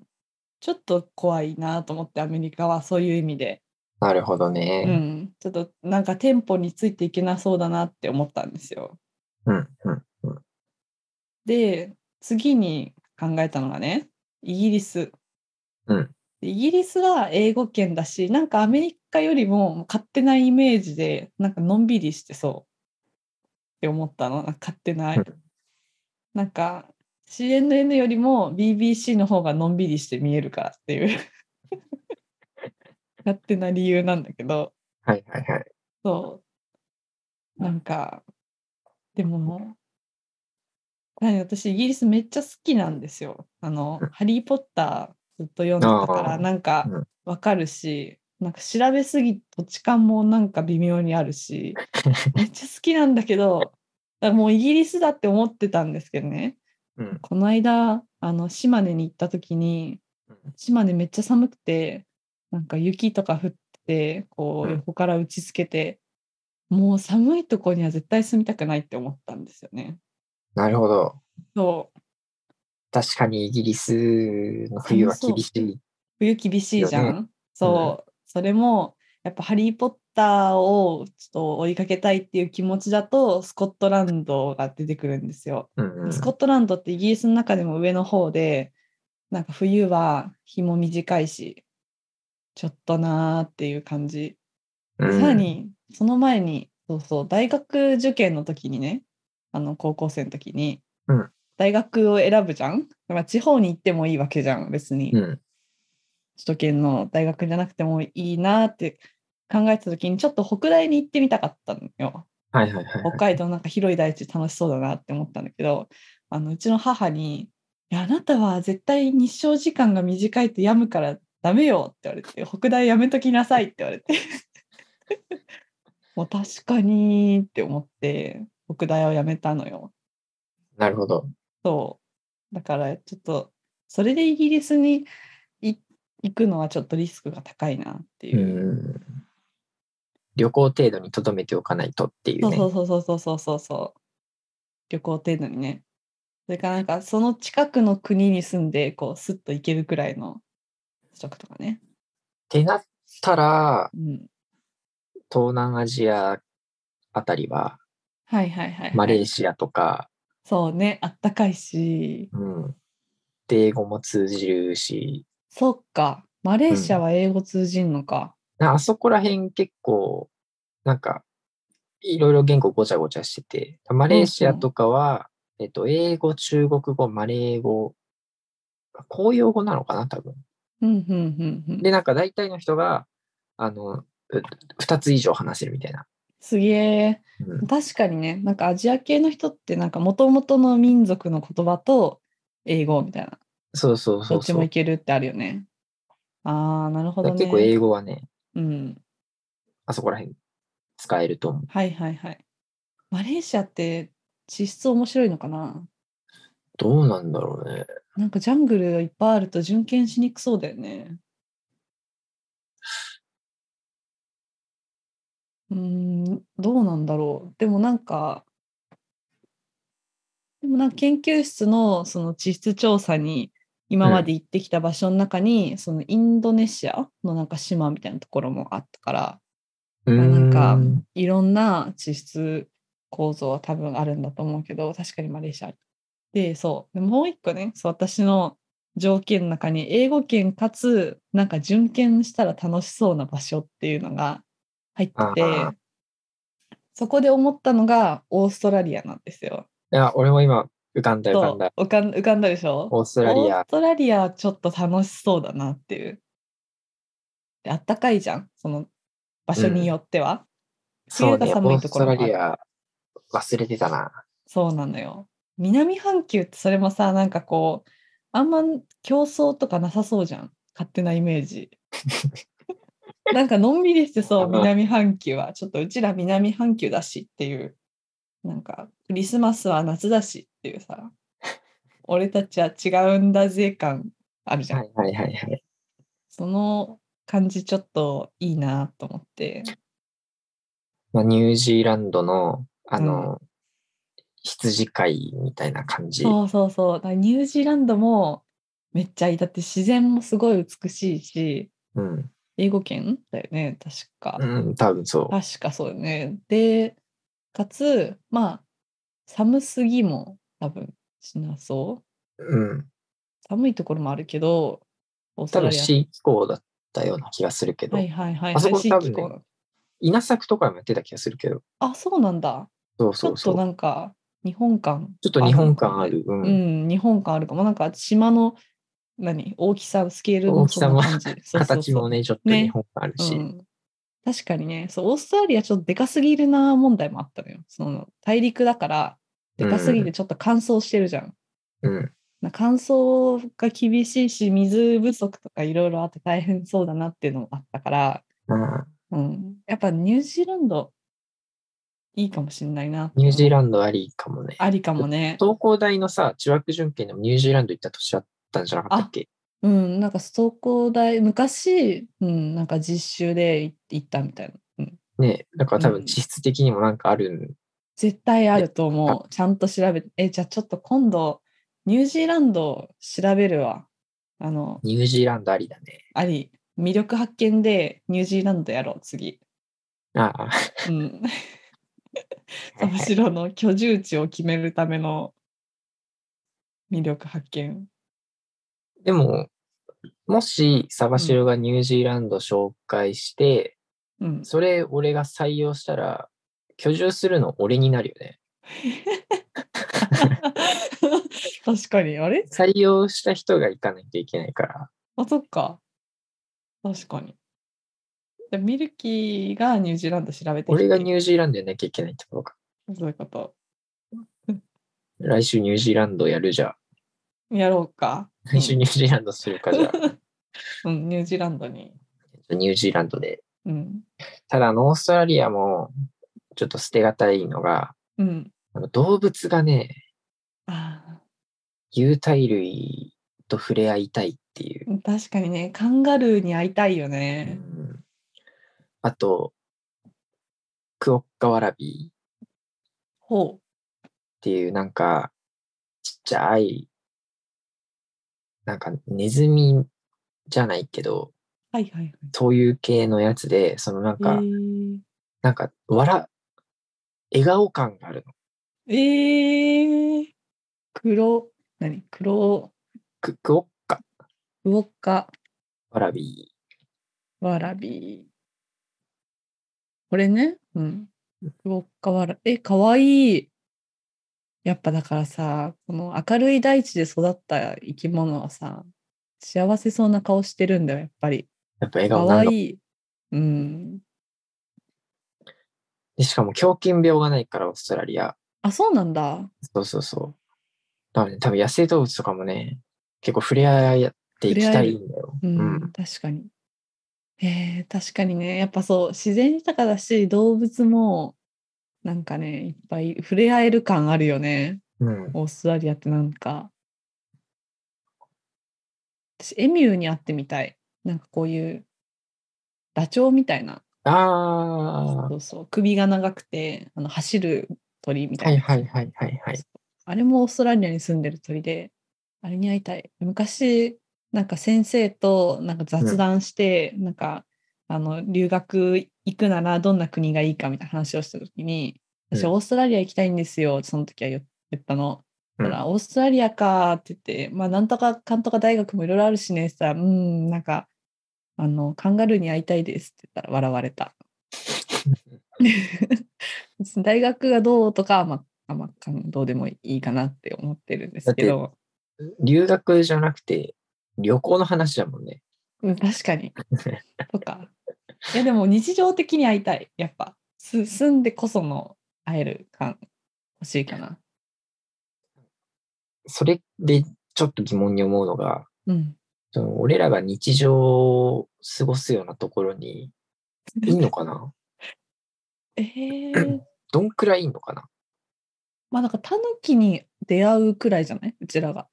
Speaker 2: ちょっと怖いなと思ってアメリカはそういう意味で、
Speaker 1: なるほど
Speaker 2: う
Speaker 1: ね。
Speaker 2: ん、ちょっとなんかテンポについていけなそうだなって思ったんですよ。
Speaker 1: うん。うん。
Speaker 2: で次に考えたのがねイギリス、
Speaker 1: うん
Speaker 2: でイギリスは英語圏だしなんかアメリカよりも勝手なイメージでなんかのんびりしてそうって思ったのなんか勝手な、
Speaker 1: うん
Speaker 2: なんか CNN よりも BBC の方がのんびりして見えるからっていう勝手な理由なんだけど
Speaker 1: はいはいはい。
Speaker 2: そう。なんか、でも、はい私イギリスめっちゃ好きなんですよ。あの「ハリー・ポッター」ずっと読んでたか
Speaker 1: あ
Speaker 2: ら
Speaker 1: ー
Speaker 2: なんか
Speaker 1: うん
Speaker 2: わかるし、なんか調べすぎ土地勘もなんか微妙にあ るしめっちゃ好きなんだけどだからもうイギリスだって思ってたんですけどね
Speaker 1: うん。
Speaker 2: この間あの島根に行った時に
Speaker 1: うん
Speaker 2: 島根めっちゃ寒くてなんか雪とか降っててこう
Speaker 1: うん
Speaker 2: 横から打ちつけて、もう寒いとこには絶対住みたくないって思ったんですよね。
Speaker 1: なるほど。
Speaker 2: そう
Speaker 1: 確かにイギリスの冬は厳しい。
Speaker 2: 冬厳しいじゃ
Speaker 1: よ
Speaker 2: ん、そう、それもやっぱ「ハリー・ポッター」をちょっと追いかけたいっていう気持ちだとスコットランドが出てくるんですよ。
Speaker 1: うんうん
Speaker 2: スコットランドってイギリスの中でも上の方でなんか冬は日も短いしちょっとなーっていう感じ
Speaker 1: うん
Speaker 2: さらにその前にそうそう大学受験の時にねあの高校生の時に、
Speaker 1: うん
Speaker 2: 大学を選ぶじゃん、まあ、地方に行ってもいいわけじゃん別に、
Speaker 1: うん。
Speaker 2: 首都圏の大学じゃなくてもいいなって考えてた時にちょっと北大に行ってみたかったのよ
Speaker 1: はいはいはいは
Speaker 2: 北
Speaker 1: い。
Speaker 2: 海道なんか広い大地楽しそうだなって思ったんだけどあのうちの母に「いやあなたは絶対日照時間が短いと病むからダメよ」って言われて「北大やめときなさい」って言われて もう確かにって思って北大をやめたのよ
Speaker 1: なるほど。
Speaker 2: そうだからちょっとそれでイギリスにい行くのはちょっとリスクが高いなっていうう、
Speaker 1: ん。旅行程度にとどめておかないとっていうね。
Speaker 2: そうそうそうそうそうそうそう。旅行程度にね。それからなんかその近くの国に住んでこうスッと行けるくらいの食とかね。
Speaker 1: ってなったら、
Speaker 2: うん。
Speaker 1: 東南アジアあたりは、
Speaker 2: はいはいはい、はい。
Speaker 1: マレーシアとか、
Speaker 2: そうね。あったかいし。
Speaker 1: うん。で英語も通じるし、
Speaker 2: そっか。マレーシアは英語通じんのか。
Speaker 1: なあそこら辺結構、なんか、いろいろ言語ごちゃごちゃしてて、マレーシアとかは、えっと、英語、中国語、マレー語、公用語なのかな、多分。
Speaker 2: うんうんうんうん。
Speaker 1: で、なんか大体の人が、あの、2つ以上話せるみたいな。
Speaker 2: すげえ。
Speaker 1: うん
Speaker 2: 確かにね。なんかアジア系の人ってなんか元々の民族の言葉と英語みたいな。
Speaker 1: そうそうそ
Speaker 2: ど
Speaker 1: う
Speaker 2: っち
Speaker 1: そう。
Speaker 2: もいけるってあるよね。ああ、なるほ
Speaker 1: だか
Speaker 2: ど
Speaker 1: ら結
Speaker 2: ね。
Speaker 1: 構英語はね、
Speaker 2: うん。
Speaker 1: あそこら辺使えると思う。
Speaker 2: はいはいはい。マレーシアって地質面白いのかな
Speaker 1: どうなんだろうね。
Speaker 2: なんかジャングルがいっぱいあると巡検しにくそうだよね。うーん、どうなんだろう。でもなんか、でもなんか研究室のその地質調査に今まで行ってきた場所の中に、そのインドネシアのなんか島みたいなところもあったから、
Speaker 1: うー
Speaker 2: なんか
Speaker 1: ん
Speaker 2: いろんな地質構造は多分あるんだと思うけど確かにマレーシアあるでそうでもう一個ねそう私の条件の中に英語圏かつなんか準検したら楽しそうな場所っていうのが入ってて
Speaker 1: あ
Speaker 2: そこで思ったのがオーストラリアなんですよ。
Speaker 1: いや、俺も今、浮かんだ浮か
Speaker 2: と
Speaker 1: んだ。
Speaker 2: 浮かん浮かんだでしょ
Speaker 1: オーストラリ
Speaker 2: オー
Speaker 1: ア
Speaker 2: ス。トラリアはちょっと楽しそうだなっていう。であったかいじゃんその場所によっては。
Speaker 1: そう
Speaker 2: 冬
Speaker 1: ね、
Speaker 2: が
Speaker 1: オ
Speaker 2: 寒い
Speaker 1: ー
Speaker 2: と
Speaker 1: ス
Speaker 2: ころ
Speaker 1: ト
Speaker 2: もあ
Speaker 1: ラ
Speaker 2: る
Speaker 1: リア、忘れてたな。
Speaker 2: そうなのよ。南半球ってそれもさなんかこうあんま競争とかなさそうじゃん勝手なイメージ。 なんかのんびりしてそう
Speaker 1: うん
Speaker 2: 南半球はちょっとうちら南半球だしっていうなんかクリスマスは夏だしっていうさ俺たちは違うんだぜ感あるじゃん、
Speaker 1: はいはいはいはい。
Speaker 2: その感じちょっといいなと思って
Speaker 1: まあ、ニュージーランドの、あの、羊飼いみたいな感じ。
Speaker 2: そうそうそうだからニュージーランドもめっちゃいいだって自然もすごい美しいし
Speaker 1: うん。
Speaker 2: 英語圏だよね確か、
Speaker 1: うん、多分そう。
Speaker 2: 確かそうよねでかつまあ寒すぎも多分しなそう
Speaker 1: うん。
Speaker 2: 寒いところもあるけどオース
Speaker 1: 多
Speaker 2: トラ
Speaker 1: 分
Speaker 2: リア
Speaker 1: C 気候だったような気がするけど、
Speaker 2: はいはいはい
Speaker 1: あそこ
Speaker 2: はい
Speaker 1: 多分
Speaker 2: 地
Speaker 1: ね
Speaker 2: 域こう
Speaker 1: 稲作とかもやってた気がするけど、
Speaker 2: あそうなんだ
Speaker 1: そうそう
Speaker 2: ちょ
Speaker 1: そ
Speaker 2: っ
Speaker 1: う。
Speaker 2: と
Speaker 1: ちょ
Speaker 2: なんか日本感
Speaker 1: っと日本感ある。う
Speaker 2: あ
Speaker 1: ん。
Speaker 2: るうん日本感あるかもなんか島の何大きさスケールも
Speaker 1: 大き
Speaker 2: そ
Speaker 1: さ
Speaker 2: んな
Speaker 1: も
Speaker 2: 感じそうそう
Speaker 1: 形
Speaker 2: そう
Speaker 1: もね、ちょっと
Speaker 2: ね
Speaker 1: 日本感あるし。
Speaker 2: うん、確かにねそうオーストラリアちょっとでかすぎるな問題もあったのよその大陸だからでかすぎてちょっと乾燥してるじゃん。
Speaker 1: うん。
Speaker 2: な乾燥が厳しいし水不足とかいろいろあって大変そうだなっていうのもあったから、
Speaker 1: あ
Speaker 2: うん、やっぱニュージーランドいいかもしれないな。
Speaker 1: ーニュージー
Speaker 2: ン
Speaker 1: ランドありかもね。
Speaker 2: ドありかもね。
Speaker 1: 東工大のさ、中学準験でもニュージーランド行った年あったんじゃなかったっけ
Speaker 2: うん、なんか走行大昔、うん、なんか実習でい行ったみたいな。うん、
Speaker 1: ねえだから多
Speaker 2: う
Speaker 1: 分
Speaker 2: ん
Speaker 1: 地質的にもなんかあるん、
Speaker 2: 絶対あると思う。ちゃんと調べて。え、じゃあちょっと今度ニュージーランド調べるわ。あの、
Speaker 1: ニュージーランドありだね。
Speaker 2: あり、魅力発見でニュージーランドやろう、次。
Speaker 1: ああ、
Speaker 2: うん。
Speaker 1: はい
Speaker 2: むしろの居住地を決めるための魅力発見。
Speaker 1: でも、もし、サバシロがニュージーランド紹介して、
Speaker 2: うん、
Speaker 1: それ俺が採用したら、居住するの俺になるよね。
Speaker 2: 確かにあれ
Speaker 1: 採用した人が行かないといけないから。
Speaker 2: あそっか確かにでミルキーがニュージーランド調べてきて
Speaker 1: 俺がニュージーランドやんなきゃいけないってことか。
Speaker 2: そういうこと
Speaker 1: 来週ニュージーランドやるじゃあ。
Speaker 2: やろうか
Speaker 1: 来週ニュージーランドするかじゃあ。
Speaker 2: うん、うんニュージーランドに
Speaker 1: ニュージーランドで。
Speaker 2: うん
Speaker 1: ただ、あのオーストラリアも、ちょっと捨てがたいのが、
Speaker 2: うん
Speaker 1: あの動物がね、
Speaker 2: あ
Speaker 1: 有袋類と触れ合いたいっていう。
Speaker 2: ー確かにねカンガルーに会いたいよね
Speaker 1: うんあと、クオッカワラビっ
Speaker 2: ほ
Speaker 1: ていうなんか、ちっちゃい、なんかネズミじゃないけど、
Speaker 2: うはいはいはい
Speaker 1: そういう系のやつで、そのなん
Speaker 2: え
Speaker 1: か、
Speaker 2: ー
Speaker 1: なんか、笑、笑顔感があるの。
Speaker 2: えー、黒、何黒、
Speaker 1: ククオッカ
Speaker 2: ウオッカ、
Speaker 1: ワラビ
Speaker 2: ワラビー。これね、うん。ウオッカワラ、え、かわいい。やっぱだからさ、この明るい大地で育った生き物はさ、幸せそうな顔してるんだよ、やっぱり。
Speaker 1: やっぱ笑
Speaker 2: か
Speaker 1: 顔な
Speaker 2: わ
Speaker 1: んだ
Speaker 2: いい。うん。
Speaker 1: でしかも狂犬病がないから、オーストラリア。
Speaker 2: あ、そうなんだ。
Speaker 1: そうそうそう。だからね、多分野生動物とかもね、結構触れ合いっていきたいんだよ。
Speaker 2: うん、
Speaker 1: うん
Speaker 2: 確かに。えー確かにねやっぱそう自然豊かだし動物もなんかねいっぱい触れ合える感あるよね
Speaker 1: うん。
Speaker 2: オーストラリアってなんか私エミューに会ってみたいなんかこういうダチョウみたいな
Speaker 1: あ
Speaker 2: そうそう首が長くてあの走る鳥み
Speaker 1: あ、
Speaker 2: た
Speaker 1: はいい
Speaker 2: な、
Speaker 1: はいはいはいはい。
Speaker 2: あれもオーストラリアに住んでる鳥で、あれに会いたい。昔、なんか先生となんか雑談して、なんかあの留学行くならどんな国がいいかみたいな話をしたときに、
Speaker 1: うん
Speaker 2: 私、オーストラリア行きたいんですよ、その時は言言った
Speaker 1: う
Speaker 2: の。
Speaker 1: ん
Speaker 2: だからオーストラリアかって言って、まあ、なんとかかんとか大学もいろいろあるしねって言ったら、うん、なんか、あの、カンガルーに会いたいですって言ったら笑われた。別に 大学がどうとかは、まあ、あんまかんどうでもいいかなって思ってるんですけど、
Speaker 1: 留学じゃなくて、旅行の話だもんね。
Speaker 2: うん確かに。とか。いや、でも日常的に会いたい。やっぱ、す住んでこその会える感欲しいかな。
Speaker 1: それでちょっと疑問に思うのが、
Speaker 2: うん。
Speaker 1: その俺らが日常を過ごすようなところにいいのかな
Speaker 2: えー、
Speaker 1: どんくらいいいのかな
Speaker 2: まあなんかタヌキに出会うくらいじゃないうちらが。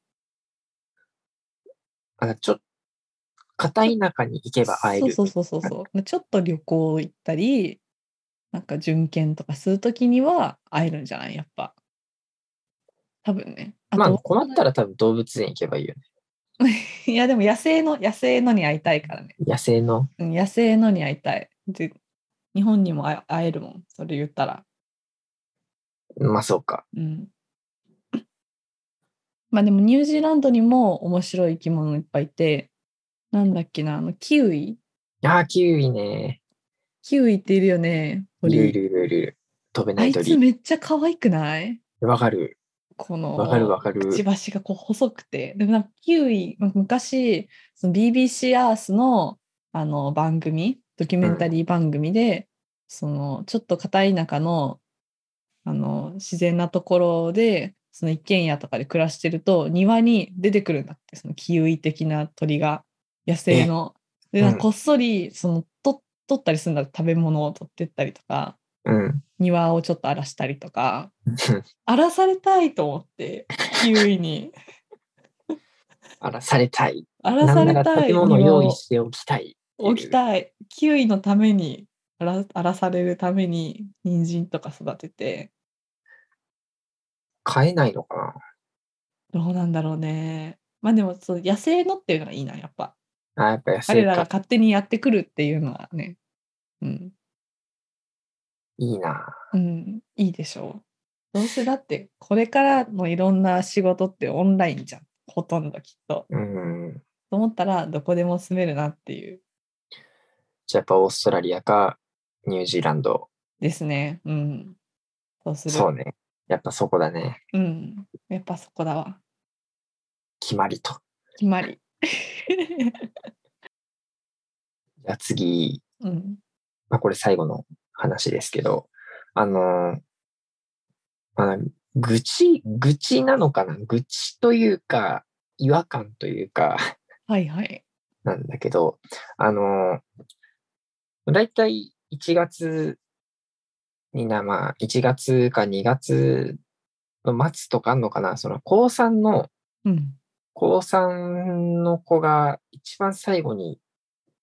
Speaker 1: あちょっと、硬い中に行けば会える。
Speaker 2: そうそうそうそうそう。ちょっと旅行行ったり、なんか巡検とかするときには会えるんじゃないやっぱ。多分ね。
Speaker 1: まあ
Speaker 2: と
Speaker 1: 困ったら多分動物園行けばいいよね。
Speaker 2: いやでも野生の野生のに会いたいからね。
Speaker 1: 野生の。
Speaker 2: うん野生のに会いたい。で日本にも会会えるもん。それ言ったら。
Speaker 1: まあそうか。
Speaker 2: うん。まあでもニュージーランドにも面白い生き物いっぱいいて、なんだっけな、あのキウイ
Speaker 1: ああ、キウイね。
Speaker 2: キウイっているよね。
Speaker 1: い
Speaker 2: 鳥
Speaker 1: るいるいるいる。飛べな
Speaker 2: あ
Speaker 1: い
Speaker 2: いつ
Speaker 1: 鳥。
Speaker 2: めっちゃ可愛くない
Speaker 1: わかる。
Speaker 2: この
Speaker 1: わかるわかる
Speaker 2: くちばしがこう細くて。でもなんかキウイ、昔、その BBC アースのあの番組、ドキュメンタリー番組で、そのちょっと片田舎のあの自然なところでその一軒家とかで暮らしてると庭に出てくるんだってそのキウイ的な鳥が野生の。で
Speaker 1: うん
Speaker 2: なんかこっそりそのと取ったりするんだって食べ物を取ってったりとか
Speaker 1: うん。
Speaker 2: 庭をちょっと荒らしたりと か荒らされたいと思ってキウイに
Speaker 1: あら、されたい。
Speaker 2: 荒ら
Speaker 1: な
Speaker 2: さ
Speaker 1: んな
Speaker 2: れ
Speaker 1: ら
Speaker 2: たい
Speaker 1: 建物を
Speaker 2: 庭
Speaker 1: 用
Speaker 2: を
Speaker 1: 意しておきたい。
Speaker 2: 置きたいキウイのために荒ら荒らされるために人参とか育てて
Speaker 1: 買えないのかな
Speaker 2: どうなんだろうねまあでもそう野生のっていうのがいいなやっぱ
Speaker 1: あ、やっぱ安
Speaker 2: 彼
Speaker 1: い
Speaker 2: らが
Speaker 1: か。
Speaker 2: 勝手にやってくるっていうのはねうん、
Speaker 1: いいな。
Speaker 2: うん、いいでしょうどうせだってこれからのいろんな仕事ってオンラインじゃんほとんどきっと
Speaker 1: うん。
Speaker 2: と思ったらどこでも住めるなっていう
Speaker 1: じゃあやっぱオーストラリアかニュージーランド。
Speaker 2: ですねうんそうする
Speaker 1: そうね。やっぱそこだね。
Speaker 2: うんやっぱそこだわ
Speaker 1: 決まりと。
Speaker 2: 決まり
Speaker 1: じゃあ次、
Speaker 2: うん
Speaker 1: まあ、これ最後の話ですけど、あのー、まあ、愚痴、愚痴なのかな愚痴というか、違和感というか、
Speaker 2: はいはい
Speaker 1: なんだけど、あのー、だいたい1月にな、まあ、1月か2月の末とかあんのかな、その高3の、
Speaker 2: うん
Speaker 1: 高3の子が一番最後に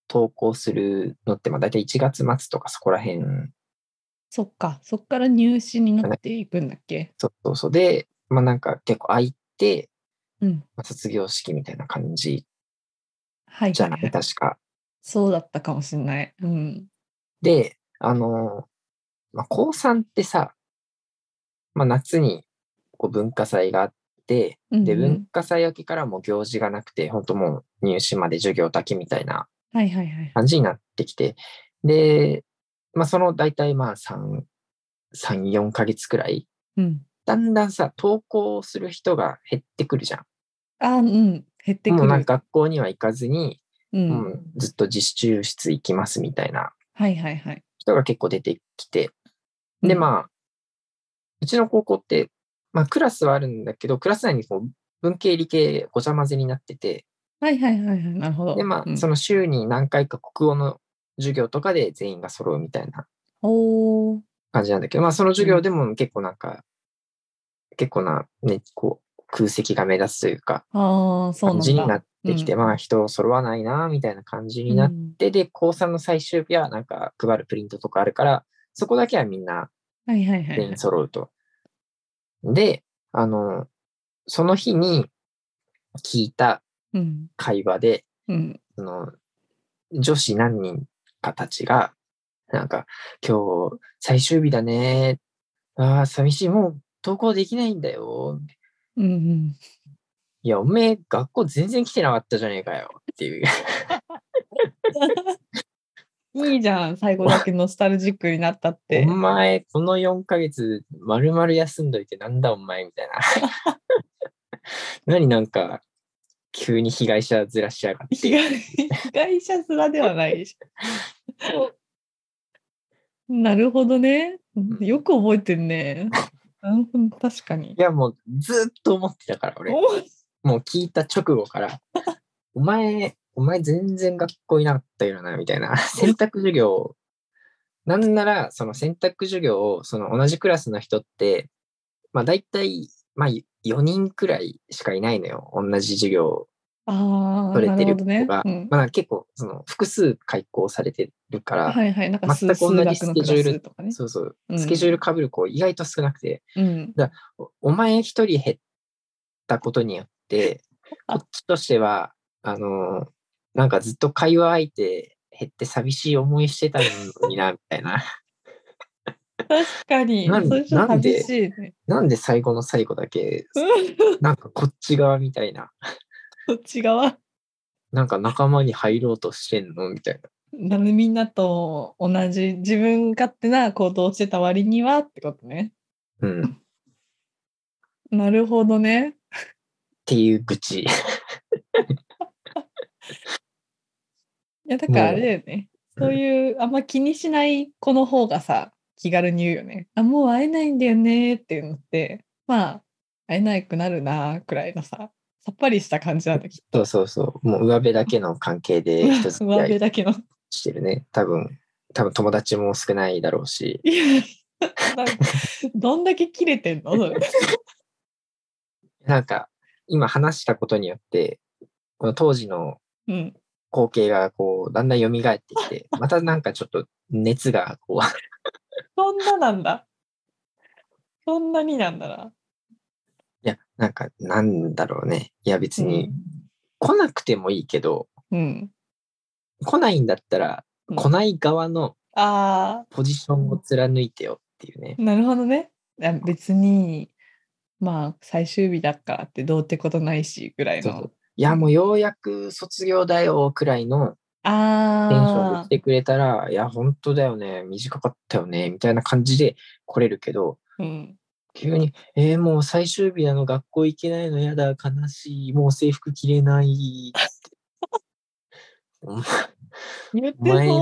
Speaker 1: 投稿するのって、まあ、大体1月末とかそこら辺、
Speaker 2: そっか、そっから入試になっていくんだっけ。
Speaker 1: そうそうそうで、まあなんか結構空いて、
Speaker 2: うん。
Speaker 1: まあ卒業式みたいな感じ
Speaker 2: はい、
Speaker 1: じ
Speaker 2: は
Speaker 1: ゃ
Speaker 2: い
Speaker 1: な、
Speaker 2: はいい。
Speaker 1: 確か。
Speaker 2: そうだったかもしれない。うん。
Speaker 1: で、あのーまあ、高3ってさ、まあ夏にこう文化祭があって、
Speaker 2: うんう
Speaker 1: で、文
Speaker 2: ん、
Speaker 1: 化祭明けからもう行事がなくて、本当もう入試まで授業だけみたいな
Speaker 2: はいはいはい。
Speaker 1: 感じになってきて、で、まあ、その大体まあ3、3、4ヶ月くらい、
Speaker 2: うん。
Speaker 1: だんだんさ、登校する人が減ってくるじゃ
Speaker 2: あ、うん。減って
Speaker 1: ん。
Speaker 2: く
Speaker 1: もうなん
Speaker 2: る。
Speaker 1: か学校には行かずに、
Speaker 2: う。
Speaker 1: うんん、ずっと自習室行きますみたいな
Speaker 2: はいはいはい。
Speaker 1: 人が結構出てきて、で、
Speaker 2: あ。
Speaker 1: まあ、うちの高校って、まあ、クラスはあるんだけど、クラス内にこう文系、理系、ごちゃ混ぜになってて、
Speaker 2: はいはいはいはい。なるほど。
Speaker 1: で、ま
Speaker 2: う
Speaker 1: あ、
Speaker 2: ん
Speaker 1: その週に何回か国語の授業とかで全員が揃うみたいな
Speaker 2: おお。
Speaker 1: 感じなんだけど、まあその授業でも結構なんか、結構な、ね、こう、空席が目立つというか、
Speaker 2: ああ、そうな
Speaker 1: 感
Speaker 2: んだ。
Speaker 1: じになってきて、
Speaker 2: うん
Speaker 1: まあ人揃わないな、みたいな感じになっ
Speaker 2: うん
Speaker 1: て、で、高3の最終日はなんか配るプリントとかあるから、そこだけはみんな
Speaker 2: はいはいはい
Speaker 1: 全
Speaker 2: はい
Speaker 1: 員。揃うと。で、あの、その日に聞いた
Speaker 2: うん。
Speaker 1: 会話で、
Speaker 2: うん。
Speaker 1: その、女子何人かたちが、なんか、今日最終日だね。ああ、寂しい。もう登校できないんだよ。
Speaker 2: うんうん。
Speaker 1: いや、おめえ、学校全然来てなかったじゃねえかよ。っていう。
Speaker 2: いいじゃん。 最後だけノスタルジックになったっ
Speaker 1: お
Speaker 2: て。
Speaker 1: 前、この4ヶ月、まるまる休んどいてなんだお前みたいな。 何なんか、急に被害者ずらしやがっ
Speaker 2: 被
Speaker 1: て。
Speaker 2: 害被害者すらではないでしょ。なるほどね。よく覚えてんね。うん確かに
Speaker 1: い。や、もうずっと思ってたから、俺。
Speaker 2: お
Speaker 1: もう聞いた直後 から、お前、お前全然学校いなかったよな、みたいな。選択授業をなんなら、その選択授業を、その同じクラスの人って、まあ大体、まあ4人くらいしかいないのよ。同じ授業を
Speaker 2: ああ、
Speaker 1: 取れ
Speaker 2: な
Speaker 1: てる
Speaker 2: るほ
Speaker 1: 子
Speaker 2: ど
Speaker 1: が。
Speaker 2: ね。
Speaker 1: まあ
Speaker 2: うん
Speaker 1: なんか結構、その複数開校されてるから、
Speaker 2: はいはい。なんか数
Speaker 1: 全く同じ
Speaker 2: 数学のクラ
Speaker 1: スケジュール
Speaker 2: スとかね。
Speaker 1: そうそう
Speaker 2: う、ん
Speaker 1: スケジュール被る子意外と少なくて、
Speaker 2: うん。
Speaker 1: おお前一人減ったことによって、こ
Speaker 2: あ
Speaker 1: っちとしては、あの、なんかずっと会話相手減って寂しい思いしてたのにな、みたい な。
Speaker 2: 確かに。
Speaker 1: なん
Speaker 2: そういう人
Speaker 1: なんで
Speaker 2: 寂しいね。
Speaker 1: なんで最後の最後だ け、
Speaker 2: うん
Speaker 1: なんかこっち側みたいな。
Speaker 2: そっち側。
Speaker 1: なんか仲間に入ろうとしてんのみたいな。
Speaker 2: なるみんなと同じ自分勝手な行動をしてた割にはってことね。
Speaker 1: うん。っ
Speaker 2: なるほどね。
Speaker 1: ていう愚痴。
Speaker 2: いやだからあ
Speaker 1: もう
Speaker 2: れだよね。
Speaker 1: うん
Speaker 2: そういうあんま気にしない子の方がさ、気軽に言うよね。あ、もう会えないんだよねっていうのって、まあ、会えなくなるなくらいのさ、さっぱりした感じなんだけ
Speaker 1: そうそうそう。もう上辺だけの関係で人
Speaker 2: ど、
Speaker 1: 付
Speaker 2: 上
Speaker 1: き合
Speaker 2: 辺
Speaker 1: い
Speaker 2: だけの。
Speaker 1: してるね。多分、多分友達も少ないだろうし。
Speaker 2: いやなんかどんだけ切れて んのそれ
Speaker 1: なんか、今話したことによって、この当時の
Speaker 2: うん。
Speaker 1: 光景がこう、だんだん蘇ってきて、またなんかちょっと熱がこう、
Speaker 2: そんななんだ。そんなになんだな。
Speaker 1: いや、なんかなんだろうね。いや別に、来なくてもいいけど、
Speaker 2: うん。うん。
Speaker 1: 来ないんだったら、
Speaker 2: うん
Speaker 1: 来ない側の
Speaker 2: ああ、
Speaker 1: ポジションを貫いてよっていうね。
Speaker 2: なるほどね。あ別に、まあ、最終日だからってどうってことないし、ぐらい
Speaker 1: そ
Speaker 2: の。
Speaker 1: うそういや、もうようやく卒業だよくらいのテンションで
Speaker 2: あ
Speaker 1: 来
Speaker 2: あ、
Speaker 1: てくれたら、いや、本当だよね、短かったよね、みたいな感じで来れるけど、
Speaker 2: うん。
Speaker 1: 急に、えーもう最終日なの、学校行けないの、やだ、悲しい、もう制服着れないって。お
Speaker 2: 言って
Speaker 1: 前
Speaker 2: そ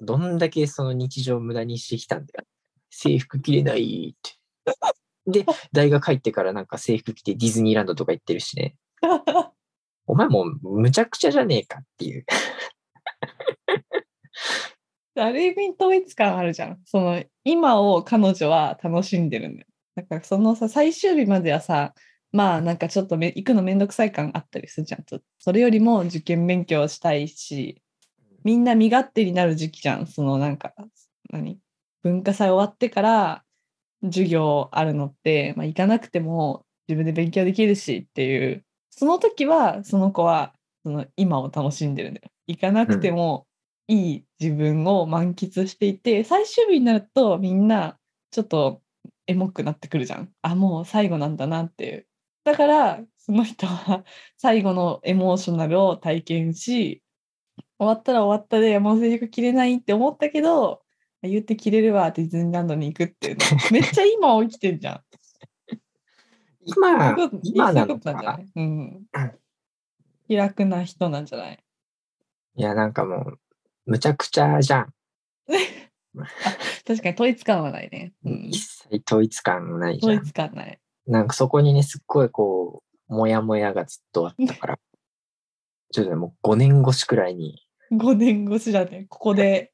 Speaker 1: の、どんだけその日常を無駄にしてきたんだよ。制服着れないって。で、大学入ってからなんか制服着てディズニーランドとか行ってるしね。
Speaker 2: う。
Speaker 1: お前もうむちゃくちゃじゃねえかっていう。
Speaker 2: ある意味統一感あるじゃん。その今を彼女は楽しんでるんだよ。なんかそのさ最終日まではさまあなんかちょっとめ行くのめんどくさい感あったりするじゃん。そそれよりも受験勉強したいしみんな身勝手になる時期じゃん。そのなんか何文化祭終わってから授業あるのって、まあ、行かなくても自分で勉強できるしっていうその時はその子はその今を楽しんでるんだよ。行かなくてもいい自分を満喫していて、最終日になるとみんなちょっとエモくなってくるじゃん。あもう最後なんだなっていう。だからその人は 最後のエモーショナルを体験し終わったら終わったでもう制服着れないって思ったけど言って着れるわディズニーランドに行くっていうの めっちゃ今起きてんじ ゃん。
Speaker 1: 今
Speaker 2: そういうこ、と
Speaker 1: 今な
Speaker 2: そうい
Speaker 1: の
Speaker 2: うこ
Speaker 1: か
Speaker 2: となんじ
Speaker 1: な
Speaker 2: ゃない、うん
Speaker 1: うん、
Speaker 2: 気楽な人なんじゃない
Speaker 1: いや、なんかもう、むちゃくちゃじゃん。
Speaker 2: 確かに統一感はないね。うん
Speaker 1: 一切統一感ないじ
Speaker 2: 統
Speaker 1: ゃん。
Speaker 2: 一感ない。
Speaker 1: なんかそこにね、すっごいこう、もやもやがずっとあったから、ちょっとね、もう5年越しくらいに、
Speaker 2: 5年越しだね。ここ で、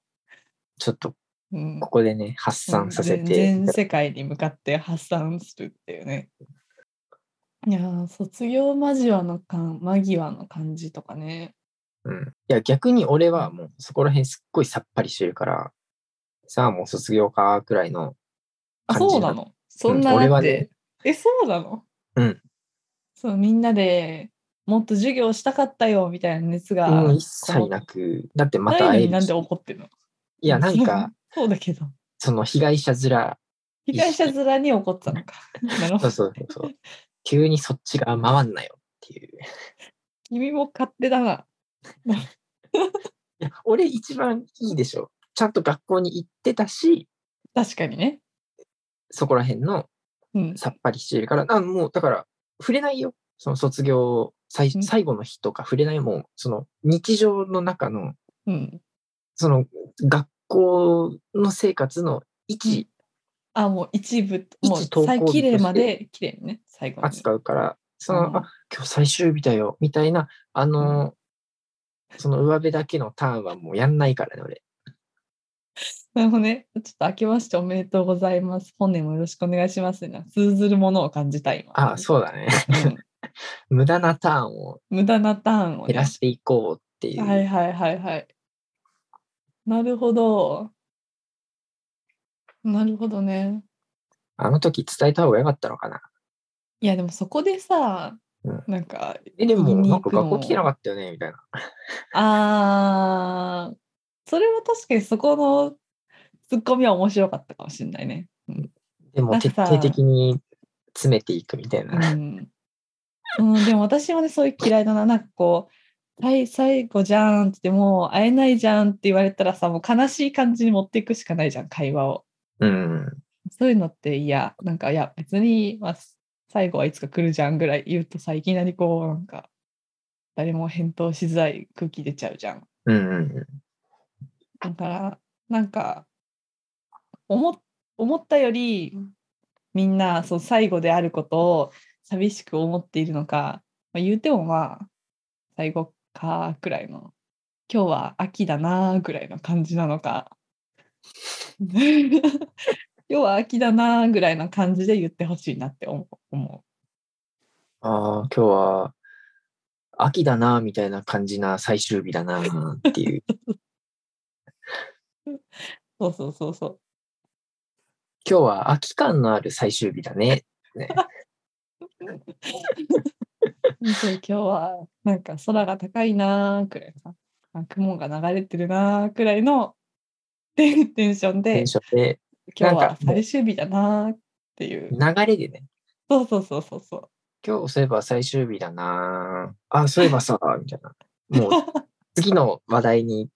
Speaker 1: ちょっと
Speaker 2: うん
Speaker 1: ここでね、発散させて、
Speaker 2: 全全世界に向かって発散するっていうね。いやー卒業間際の感間際の感じとかね。
Speaker 1: うん。いや、逆に俺はもう、そこら辺すっごいさっぱりしてるから、さあもう卒業か、くらいの、
Speaker 2: あ
Speaker 1: 感じ
Speaker 2: そ
Speaker 1: な
Speaker 2: うなのそんなだって、
Speaker 1: 俺はね
Speaker 2: えそうなの
Speaker 1: うん。
Speaker 2: そうみんなでもっと授業したかったよみたいな熱が。
Speaker 1: うん、一切なく、だってま
Speaker 2: ない
Speaker 1: た
Speaker 2: の
Speaker 1: 会え
Speaker 2: にな
Speaker 1: る
Speaker 2: ん
Speaker 1: し
Speaker 2: で怒ってるの
Speaker 1: い や、なんか、
Speaker 2: そうだけど。
Speaker 1: その被害者面、
Speaker 2: 被害者面に怒ってた のか。な
Speaker 1: そう
Speaker 2: るほ
Speaker 1: そ
Speaker 2: ど。
Speaker 1: うそうそ う、急にそっちが回んなよっていう。
Speaker 2: 君も勝手だな。
Speaker 1: いや俺一番いいでしょ。ちゃんと学校に行ってたし、
Speaker 2: 確かにね。
Speaker 1: そこら辺の
Speaker 2: うん。
Speaker 1: さっぱりしてるから、あもうだから触れないよ。その卒業最
Speaker 2: うん
Speaker 1: 最後の日とか触れないもん、その日常の中の、
Speaker 2: うん。
Speaker 1: その学校の生活の一
Speaker 2: あ、もう一部、
Speaker 1: 一
Speaker 2: も
Speaker 1: 投稿日
Speaker 2: う最
Speaker 1: として
Speaker 2: 綺麗まで綺麗にね、最後に。
Speaker 1: 扱うから、その、
Speaker 2: うん
Speaker 1: あ、今日最終日だよ、みたいな、あの、その上辺だけのターンはもうやんないからね、俺。
Speaker 2: なるほどね。ちょっと明けましておめでとうございます。本年もよろしくお願いしますな。通ずるものを感じた今。
Speaker 1: あそうだね。
Speaker 2: うん
Speaker 1: 無駄なターンを
Speaker 2: 無駄なターン
Speaker 1: 減
Speaker 2: を、ね
Speaker 1: ら。していこうっていう。
Speaker 2: はいはいはいはい。なるほど。なるほどね。
Speaker 1: あの時伝えた方が良かったのかな。
Speaker 2: いやでもそこでさ、
Speaker 1: うん
Speaker 2: なんか
Speaker 1: え、でも、
Speaker 2: 言いに
Speaker 1: な
Speaker 2: 行
Speaker 1: んか
Speaker 2: くの
Speaker 1: 学校来てなかったよね、みたいな。
Speaker 2: あーそれは確かにそこのツッコミは面白かったかもしれないね。うん
Speaker 1: で
Speaker 2: な
Speaker 1: も、
Speaker 2: んか
Speaker 1: 徹
Speaker 2: さ
Speaker 1: 底的に詰めていくみたいな。
Speaker 2: うんうん、でも私はねそういう嫌いだななんかこう「はい最後じゃん」って言ってもう会えないじゃんって言われたらさもう悲しい感じに持っていくしかないじゃん会話を。
Speaker 1: うん。
Speaker 2: そういうのって嫌なんかいや別に、まあ、最後はいつか来るじゃんぐらい言うとさいきなりこうなんか誰も返答しづらい空気出ちゃうじゃん。
Speaker 1: うん。うん
Speaker 2: だからなんか思思ったよりみんなそう最後であることを寂しく思っているのか、まあ、言うてもまあ最後かくらいの今日は秋だなぐらいの感じなのか 今日は秋だなぐらいの感じで言ってほしいなって思う思
Speaker 1: ああ、今日は秋だな、みたいな感じな最終日だな、っていう。
Speaker 2: う。そうそうそうそう。
Speaker 1: 今日は秋感のある最終日だね。
Speaker 2: そう今日はなんか空が高いなーくらいさあ雲が流れてるなーくらいの テンテンション
Speaker 1: テ
Speaker 2: で
Speaker 1: ンションで。
Speaker 2: 今日
Speaker 1: なん
Speaker 2: は
Speaker 1: か
Speaker 2: 最終日だなーっていう
Speaker 1: 流れでね、
Speaker 2: そうそうそうそうそ
Speaker 1: 今日そういえば最終日だな。あ、そういえばさ、みたいな。 もう次の話題に、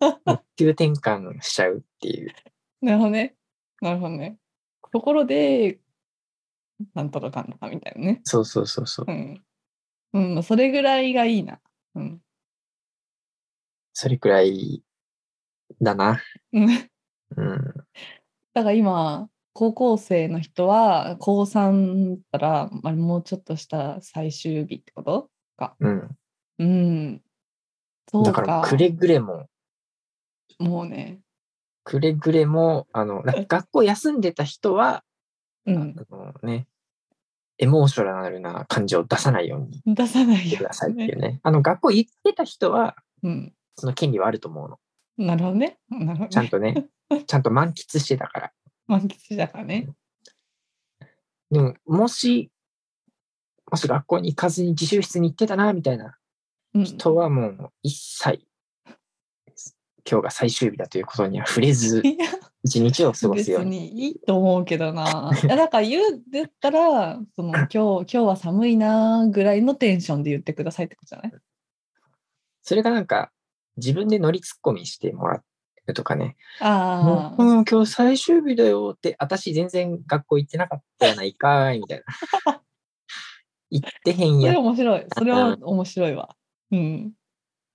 Speaker 1: もう急転換しちゃうっていう。
Speaker 2: うなるほどねなるほどねところでなんとかかんとかみたいなね
Speaker 1: そうそうそうそう。
Speaker 2: うん、うん、それぐらいがいいなうん
Speaker 1: それくらいだな。
Speaker 2: うん
Speaker 1: うん。
Speaker 2: だから今高校生の人は高3からまあもうちょっとした最終日ってこと
Speaker 1: うん。
Speaker 2: うん。そう
Speaker 1: だ
Speaker 2: か。
Speaker 1: からくれぐれも、
Speaker 2: もうね。
Speaker 1: くれぐれも、あの、なんか学校休んでた人は、
Speaker 2: うん。
Speaker 1: あのね、エモーショナルな感情を出さないように
Speaker 2: 出さない
Speaker 1: して
Speaker 2: よ、
Speaker 1: くださいってい
Speaker 2: ね。
Speaker 1: うね。あの、学校行ってた人は、
Speaker 2: うん。
Speaker 1: その権利はあると思うの。
Speaker 2: なるほどね。なるほ
Speaker 1: ちゃ
Speaker 2: ど
Speaker 1: ん
Speaker 2: ね。
Speaker 1: と ね、ちゃんと満喫してたから。
Speaker 2: 満喫だからね。
Speaker 1: でも、もし、もし学校に行かずに自習室に行ってたな、みたいな
Speaker 2: うん。
Speaker 1: 人はもう一切、今日が最終日だということには触れ ず、
Speaker 2: いや
Speaker 1: 一日を過ごすよ
Speaker 2: 別
Speaker 1: うに。
Speaker 2: にいいと思うけどな。いやだから言うんだったら、その今日、今日は寒いなぐらいのテンションで言ってくださいってことじゃない
Speaker 1: それがなんか、自分で乗りツッコミしてもらうとかね、も
Speaker 2: あ
Speaker 1: う
Speaker 2: あ、
Speaker 1: うん、今日最終日だよって、私全然学校行ってなかったやないかい、みたいな。 行ってへん
Speaker 2: それ
Speaker 1: や、
Speaker 2: 面白い。それは面白いわ。うん。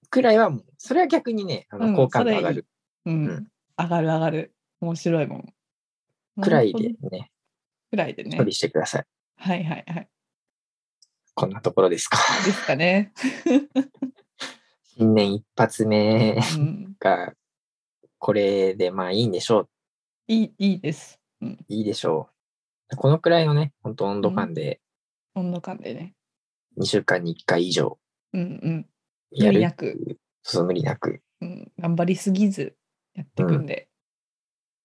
Speaker 1: くらいはもう、それは逆にね、あ
Speaker 2: う
Speaker 1: の
Speaker 2: ん
Speaker 1: 好感
Speaker 2: そ
Speaker 1: 度
Speaker 2: れいい
Speaker 1: 上がる
Speaker 2: うん。
Speaker 1: うん
Speaker 2: 上がる上がる。面白いもん。
Speaker 1: くらい
Speaker 2: なる
Speaker 1: で
Speaker 2: ほど。
Speaker 1: ね、
Speaker 2: くらいでね
Speaker 1: 処。理してください。
Speaker 2: はいはいはい。
Speaker 1: こんなところですか。
Speaker 2: ですかね。
Speaker 1: 新年一発目
Speaker 2: うん。
Speaker 1: が、これでまあいいんでしょう、
Speaker 2: いい、いいです。うん。
Speaker 1: いいでしょう。このくらいのね、本当温度感で
Speaker 2: 温度感でね。
Speaker 1: 2週間に1回以上
Speaker 2: うんうん。
Speaker 1: や
Speaker 2: 無理
Speaker 1: る
Speaker 2: な。く、
Speaker 1: そう無理なく。
Speaker 2: うん、頑張りすぎずやっていくんで、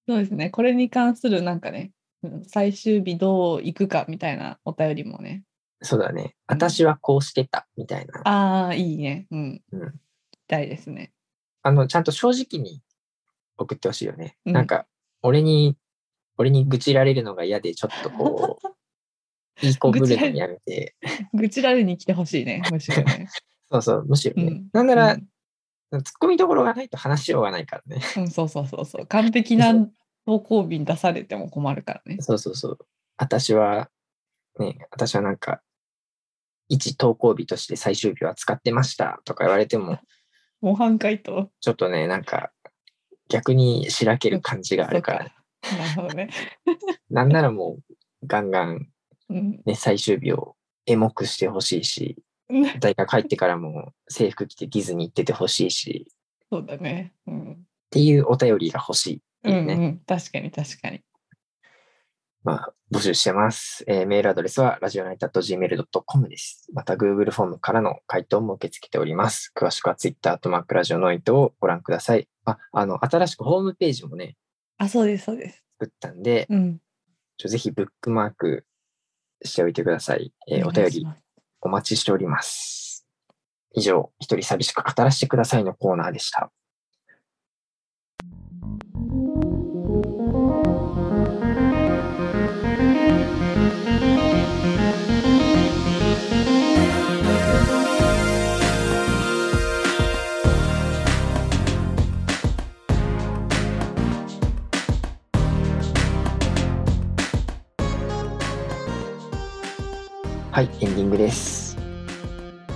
Speaker 2: そうですね。これに関するなんかね、うん最終日どう行くかみたいなお便りもね。
Speaker 1: そうだね。
Speaker 2: うん
Speaker 1: 私はこうしてた、みたいな。
Speaker 2: ああ、いいね。うん。
Speaker 1: うん
Speaker 2: 聞きたいですね。
Speaker 1: あの、ちゃんと正直に送ってほしいよね。
Speaker 2: うん
Speaker 1: なんか、俺に、俺に愚痴られるのが嫌で、ちょっとこ う、いい子ぶるのにやめて。
Speaker 2: 愚痴られに来てほしいね。むしろね。
Speaker 1: そう そう、むしろね。
Speaker 2: うん
Speaker 1: なんなら、
Speaker 2: うん
Speaker 1: ツッコミどころがないと話しようがないからね。
Speaker 2: うん、そうそうそうそう。完璧な投稿日に出されても困るからね。
Speaker 1: そうそうそう。私は、ね、私はなんか、一投稿日として最終日は使ってましたとか言われても、
Speaker 2: 模範解答。
Speaker 1: ちょっとね、なんか、逆にしらける感じがあるから、
Speaker 2: そっか。なるほどね。
Speaker 1: なんならもう、ガンガン、
Speaker 2: うん。
Speaker 1: ね、最終日をエモくしてほしいし、大学入ってからも制服着てディズニー行っててほしいし、っ
Speaker 2: そうだね。うん。
Speaker 1: ていうお便りが欲しいって
Speaker 2: う、
Speaker 1: いうんね、
Speaker 2: うん。確かに確かに。
Speaker 1: まあ、募集してます。えーメールアドレスは、ラジオナイト .gmail.com です。また、Google フォームからの回答も受け付けております。詳しくは Twitter とマックラジオノイトをご覧ください。あ、あの、新しくホームページもね、
Speaker 2: あ、そうです、そうです。
Speaker 1: 作ったんで、
Speaker 2: うん。
Speaker 1: ちょぜひブックマークしておいてください。えーお便
Speaker 2: 願いし
Speaker 1: り
Speaker 2: ます
Speaker 1: お待ちしております。以上、一人寂しく語らせてくださいのコーナーでした。はい、エンディングです。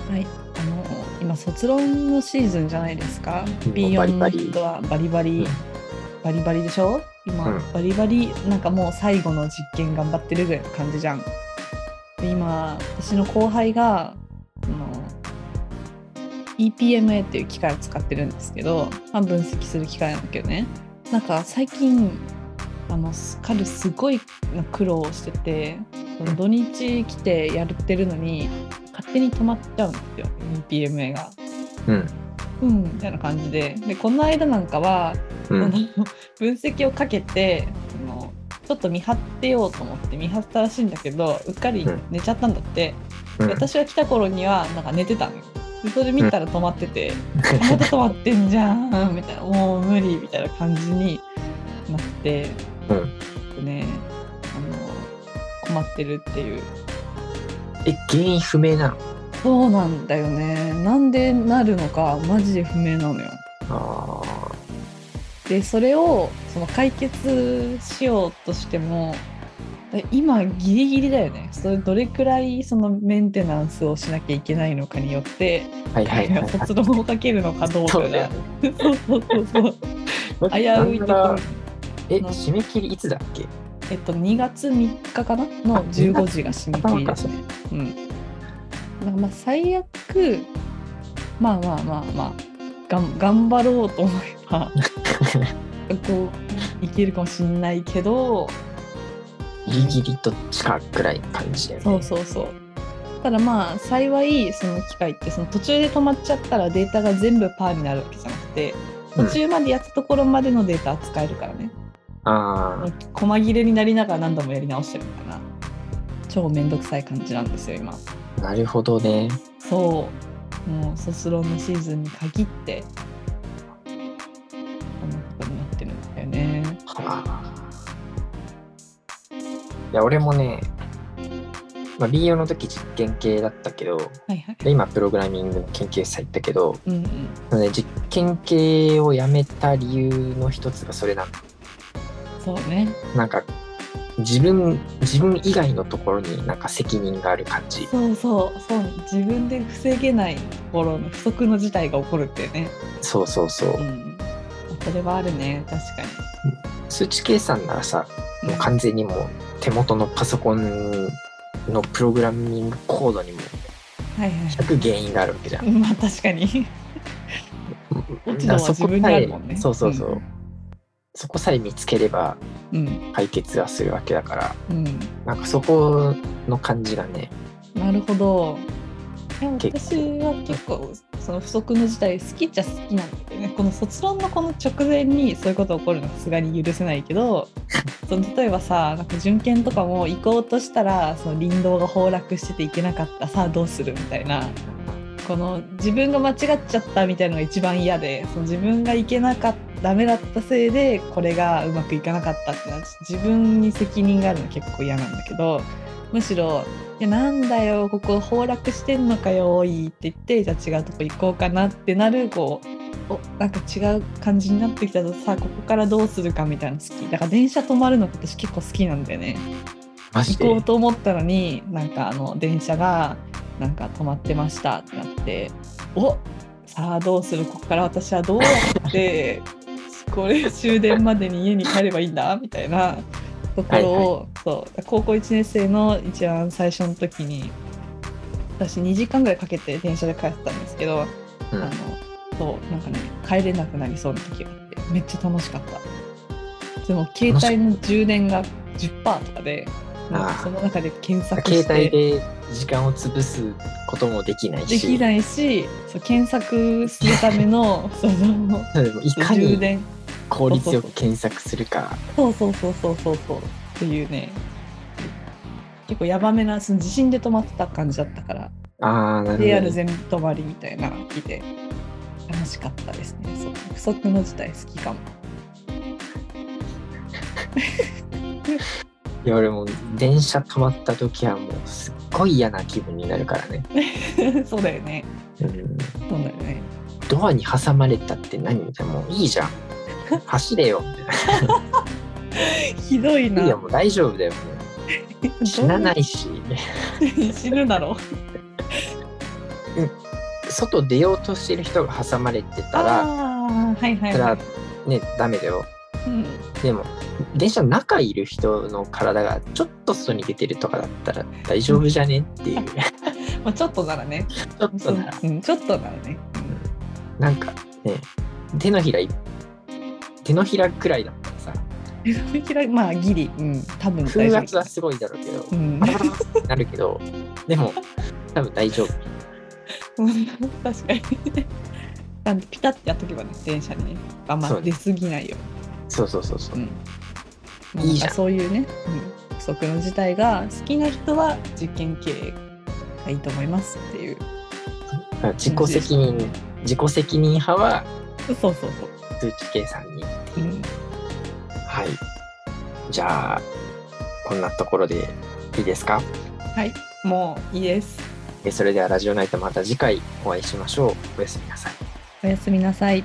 Speaker 2: はい。あの、今、卒論のシーズンじゃないですか
Speaker 1: う。ん
Speaker 2: ビヨン
Speaker 1: バ
Speaker 2: ド
Speaker 1: リバリ
Speaker 2: はバリバリ、
Speaker 1: うん
Speaker 2: バリバリでしょ今、
Speaker 1: うん
Speaker 2: バリバリなんかもう最後の実験頑張ってるぐらいの感じじゃん。で今私の後輩があの EPMA っていう機械を使ってるんですけど、まあ、分析する機械なんだけどねなんか最近あの彼すごい苦労しててその土日来てやってるのに勝手に止まっちゃうんですよ EPMA が。
Speaker 1: うん。
Speaker 2: うん、みたいな感じででこの間なんかは
Speaker 1: う
Speaker 2: あ
Speaker 1: ん。
Speaker 2: の 分析をかけてあのちょっと見張ってようと思って見張ったらしいんだけどうっかり寝ちゃったんだって、
Speaker 1: うん
Speaker 2: で私が来た頃にはなんか寝てたのよでそれ見たら止まってて、また止まってんじゃんみたいなもう無理みたいな感じになって、
Speaker 1: う
Speaker 2: ねあの困ってるっていう
Speaker 1: え、原因不明なの
Speaker 2: そうなんだよねなんでなるのかマジで不明なのよ
Speaker 1: あ
Speaker 2: でそれをその解決しようとしてもえ今ギリギリだよねそれどれくらいそのメンテナンスをしなきゃいけないのかによって
Speaker 1: あ。はいはいはい、はい。
Speaker 2: 卒論をかけるのかどうか
Speaker 1: そうだ
Speaker 2: が
Speaker 1: よね
Speaker 2: そう そうそうそう危ういところ
Speaker 1: え、締め切りいつだっけ
Speaker 2: えっと2月3日かなの15時が締め切りですね。うん。なんかまあ最悪まあまあまあまあがん頑張ろうと思え ばこういけるかもしんないけど
Speaker 1: ギリギリどっちかくらいの感じだよね。
Speaker 2: そうそうそう。ただまあ幸いその機械ってその途中で止まっちゃったらデータが全部パーになるわけじゃなくて
Speaker 1: うん
Speaker 2: 途中までやったところまでのデータ扱えるからね。
Speaker 1: ああ、
Speaker 2: 細切れになりながら何度もやり直してるから超めんどくさい感じなんですよ今。
Speaker 1: なるほどね。
Speaker 2: そうもう卒論のシーズンに限ってこんなことになってるんだよね
Speaker 1: はあ。いや、俺もね、まあ、B4 の時実験系だったけど、
Speaker 2: はいはい
Speaker 1: で今、プログラミングの研究室入ったけど、
Speaker 2: うんうん
Speaker 1: なので実験系をやめた理由の一つがそれなの。
Speaker 2: そうね
Speaker 1: なんか、自分、自分以外のところになんか責任がある感じ。
Speaker 2: そうそうそう自分で防げないところの不測の事態が起こるっていうね
Speaker 1: そうそうそう
Speaker 2: う。んそれはあるね確かに
Speaker 1: 数値計算ならさ、もう完全にもう手元のパソコンのプログラミングコードにも
Speaker 2: はいは
Speaker 1: 100原因があるわけじゃん。
Speaker 2: い まあ確かに落ち度は自分にあるもんね
Speaker 1: だからそこさえそうそうそう、
Speaker 2: うん
Speaker 1: そこさえ見つければ
Speaker 2: うん
Speaker 1: 解決はするわけだから、
Speaker 2: うん
Speaker 1: なんかそこの感じがね、
Speaker 2: なるほど。いや
Speaker 1: 結
Speaker 2: 私
Speaker 1: 構
Speaker 2: は結構その不測の事態好きっちゃ好きなんだけどねこの卒論のこの直前にそういうこと起こるのはさすがに許せないけ どその例えばさなんか準検とかも行こうとしたらその林道が崩落してて行けなかったさあどうするみたいなこの自分が間違っちゃったみたいなのが一番嫌でその自分が行けなかったダメだったせいでこれがうまくいかなかったってな自分に責任があるの結構嫌なんだけどむしろ「いやなんだよここ崩落してんのかよおい」って言ってじゃあ違うとこ行こうかなってなるこうおなんか違う感じになってきたとさここからどうするかみたいなの好きだから電車止まるの私結構好きなんだよね。
Speaker 1: マジ
Speaker 2: 行こ
Speaker 1: で
Speaker 2: うと思ったのになんかあの電車がなんか止まってましたってなっておさあどうするここから私はどうやってこれ終電までに家に帰ればいいんだみたいなところを、そう高校1年生の一番最初の時に私2時間ぐらいかけて電車で帰ってたんですけど、
Speaker 1: うん
Speaker 2: あのそうなんかね帰れなくなりそうな時があってめっちゃ楽しかったでも携帯の充電が10%とかでなんかその中で検索して
Speaker 1: 携帯で時間を潰すこともできない
Speaker 2: で
Speaker 1: し、
Speaker 2: きないしそう検索するため のその
Speaker 1: いか
Speaker 2: 充
Speaker 1: に
Speaker 2: 電
Speaker 1: 効率よく検索するか。
Speaker 2: そうそうそうそうそうそうっていうね結構やばめなその地震で止まってた感じだったから
Speaker 1: ああ、なる
Speaker 2: JR
Speaker 1: ほどね。
Speaker 2: 全部止まりみたいなの聞いて楽しかったですねそう不測の事態好きかも
Speaker 1: いや、俺も電車止まった時はもうすっごい嫌な気分になるからね。
Speaker 2: そうだよね。
Speaker 1: うん
Speaker 2: そうだよね。
Speaker 1: ドアに挟まれたって何みたいな、もういい じゃん。走れよ。
Speaker 2: ひどいな。
Speaker 1: いいよ、もう大丈夫だよ。もう死なないし、
Speaker 2: 死ぬだろう。
Speaker 1: 外出ようとしてる人が挟まれてたら、
Speaker 2: ああー、はいはい、
Speaker 1: た
Speaker 2: は
Speaker 1: らね、ダメだよ。
Speaker 2: うん
Speaker 1: でも電車の中いる人の体がちょっと外に出てるとかだったら大丈夫じゃねっていうち
Speaker 2: まあ、ちょっとならね
Speaker 1: ょっとなら
Speaker 2: うん、ちょっとならね
Speaker 1: なんかね手のひらい手のひらくらいだったらさ
Speaker 2: 嫌いまあギリ、うん、多分大
Speaker 1: 風
Speaker 2: 丈
Speaker 1: 圧
Speaker 2: 夫
Speaker 1: は、すごいだろうけど
Speaker 2: うん、
Speaker 1: パラパラパラってなるけどでも多分大丈夫
Speaker 2: 確かになんでピタッてやっとけばね電車にねあんま
Speaker 1: そう
Speaker 2: 出
Speaker 1: ね
Speaker 2: 過ぎないよ
Speaker 1: そうそうそうそううん
Speaker 2: まあ
Speaker 1: いいじゃん
Speaker 2: なんかそういうね、うん、不足の事態が好きな人は実験経営がいいと思いますっていう
Speaker 1: 自己責任自己責任派は
Speaker 2: そうそうそう、
Speaker 1: 通知計算にって
Speaker 2: う、
Speaker 1: いうんはいじゃあこんなところでいいですか
Speaker 2: はいもういいです
Speaker 1: えそれではラジオナイトまた次回お会いしましょうおやすみなさい
Speaker 2: おやすみなさい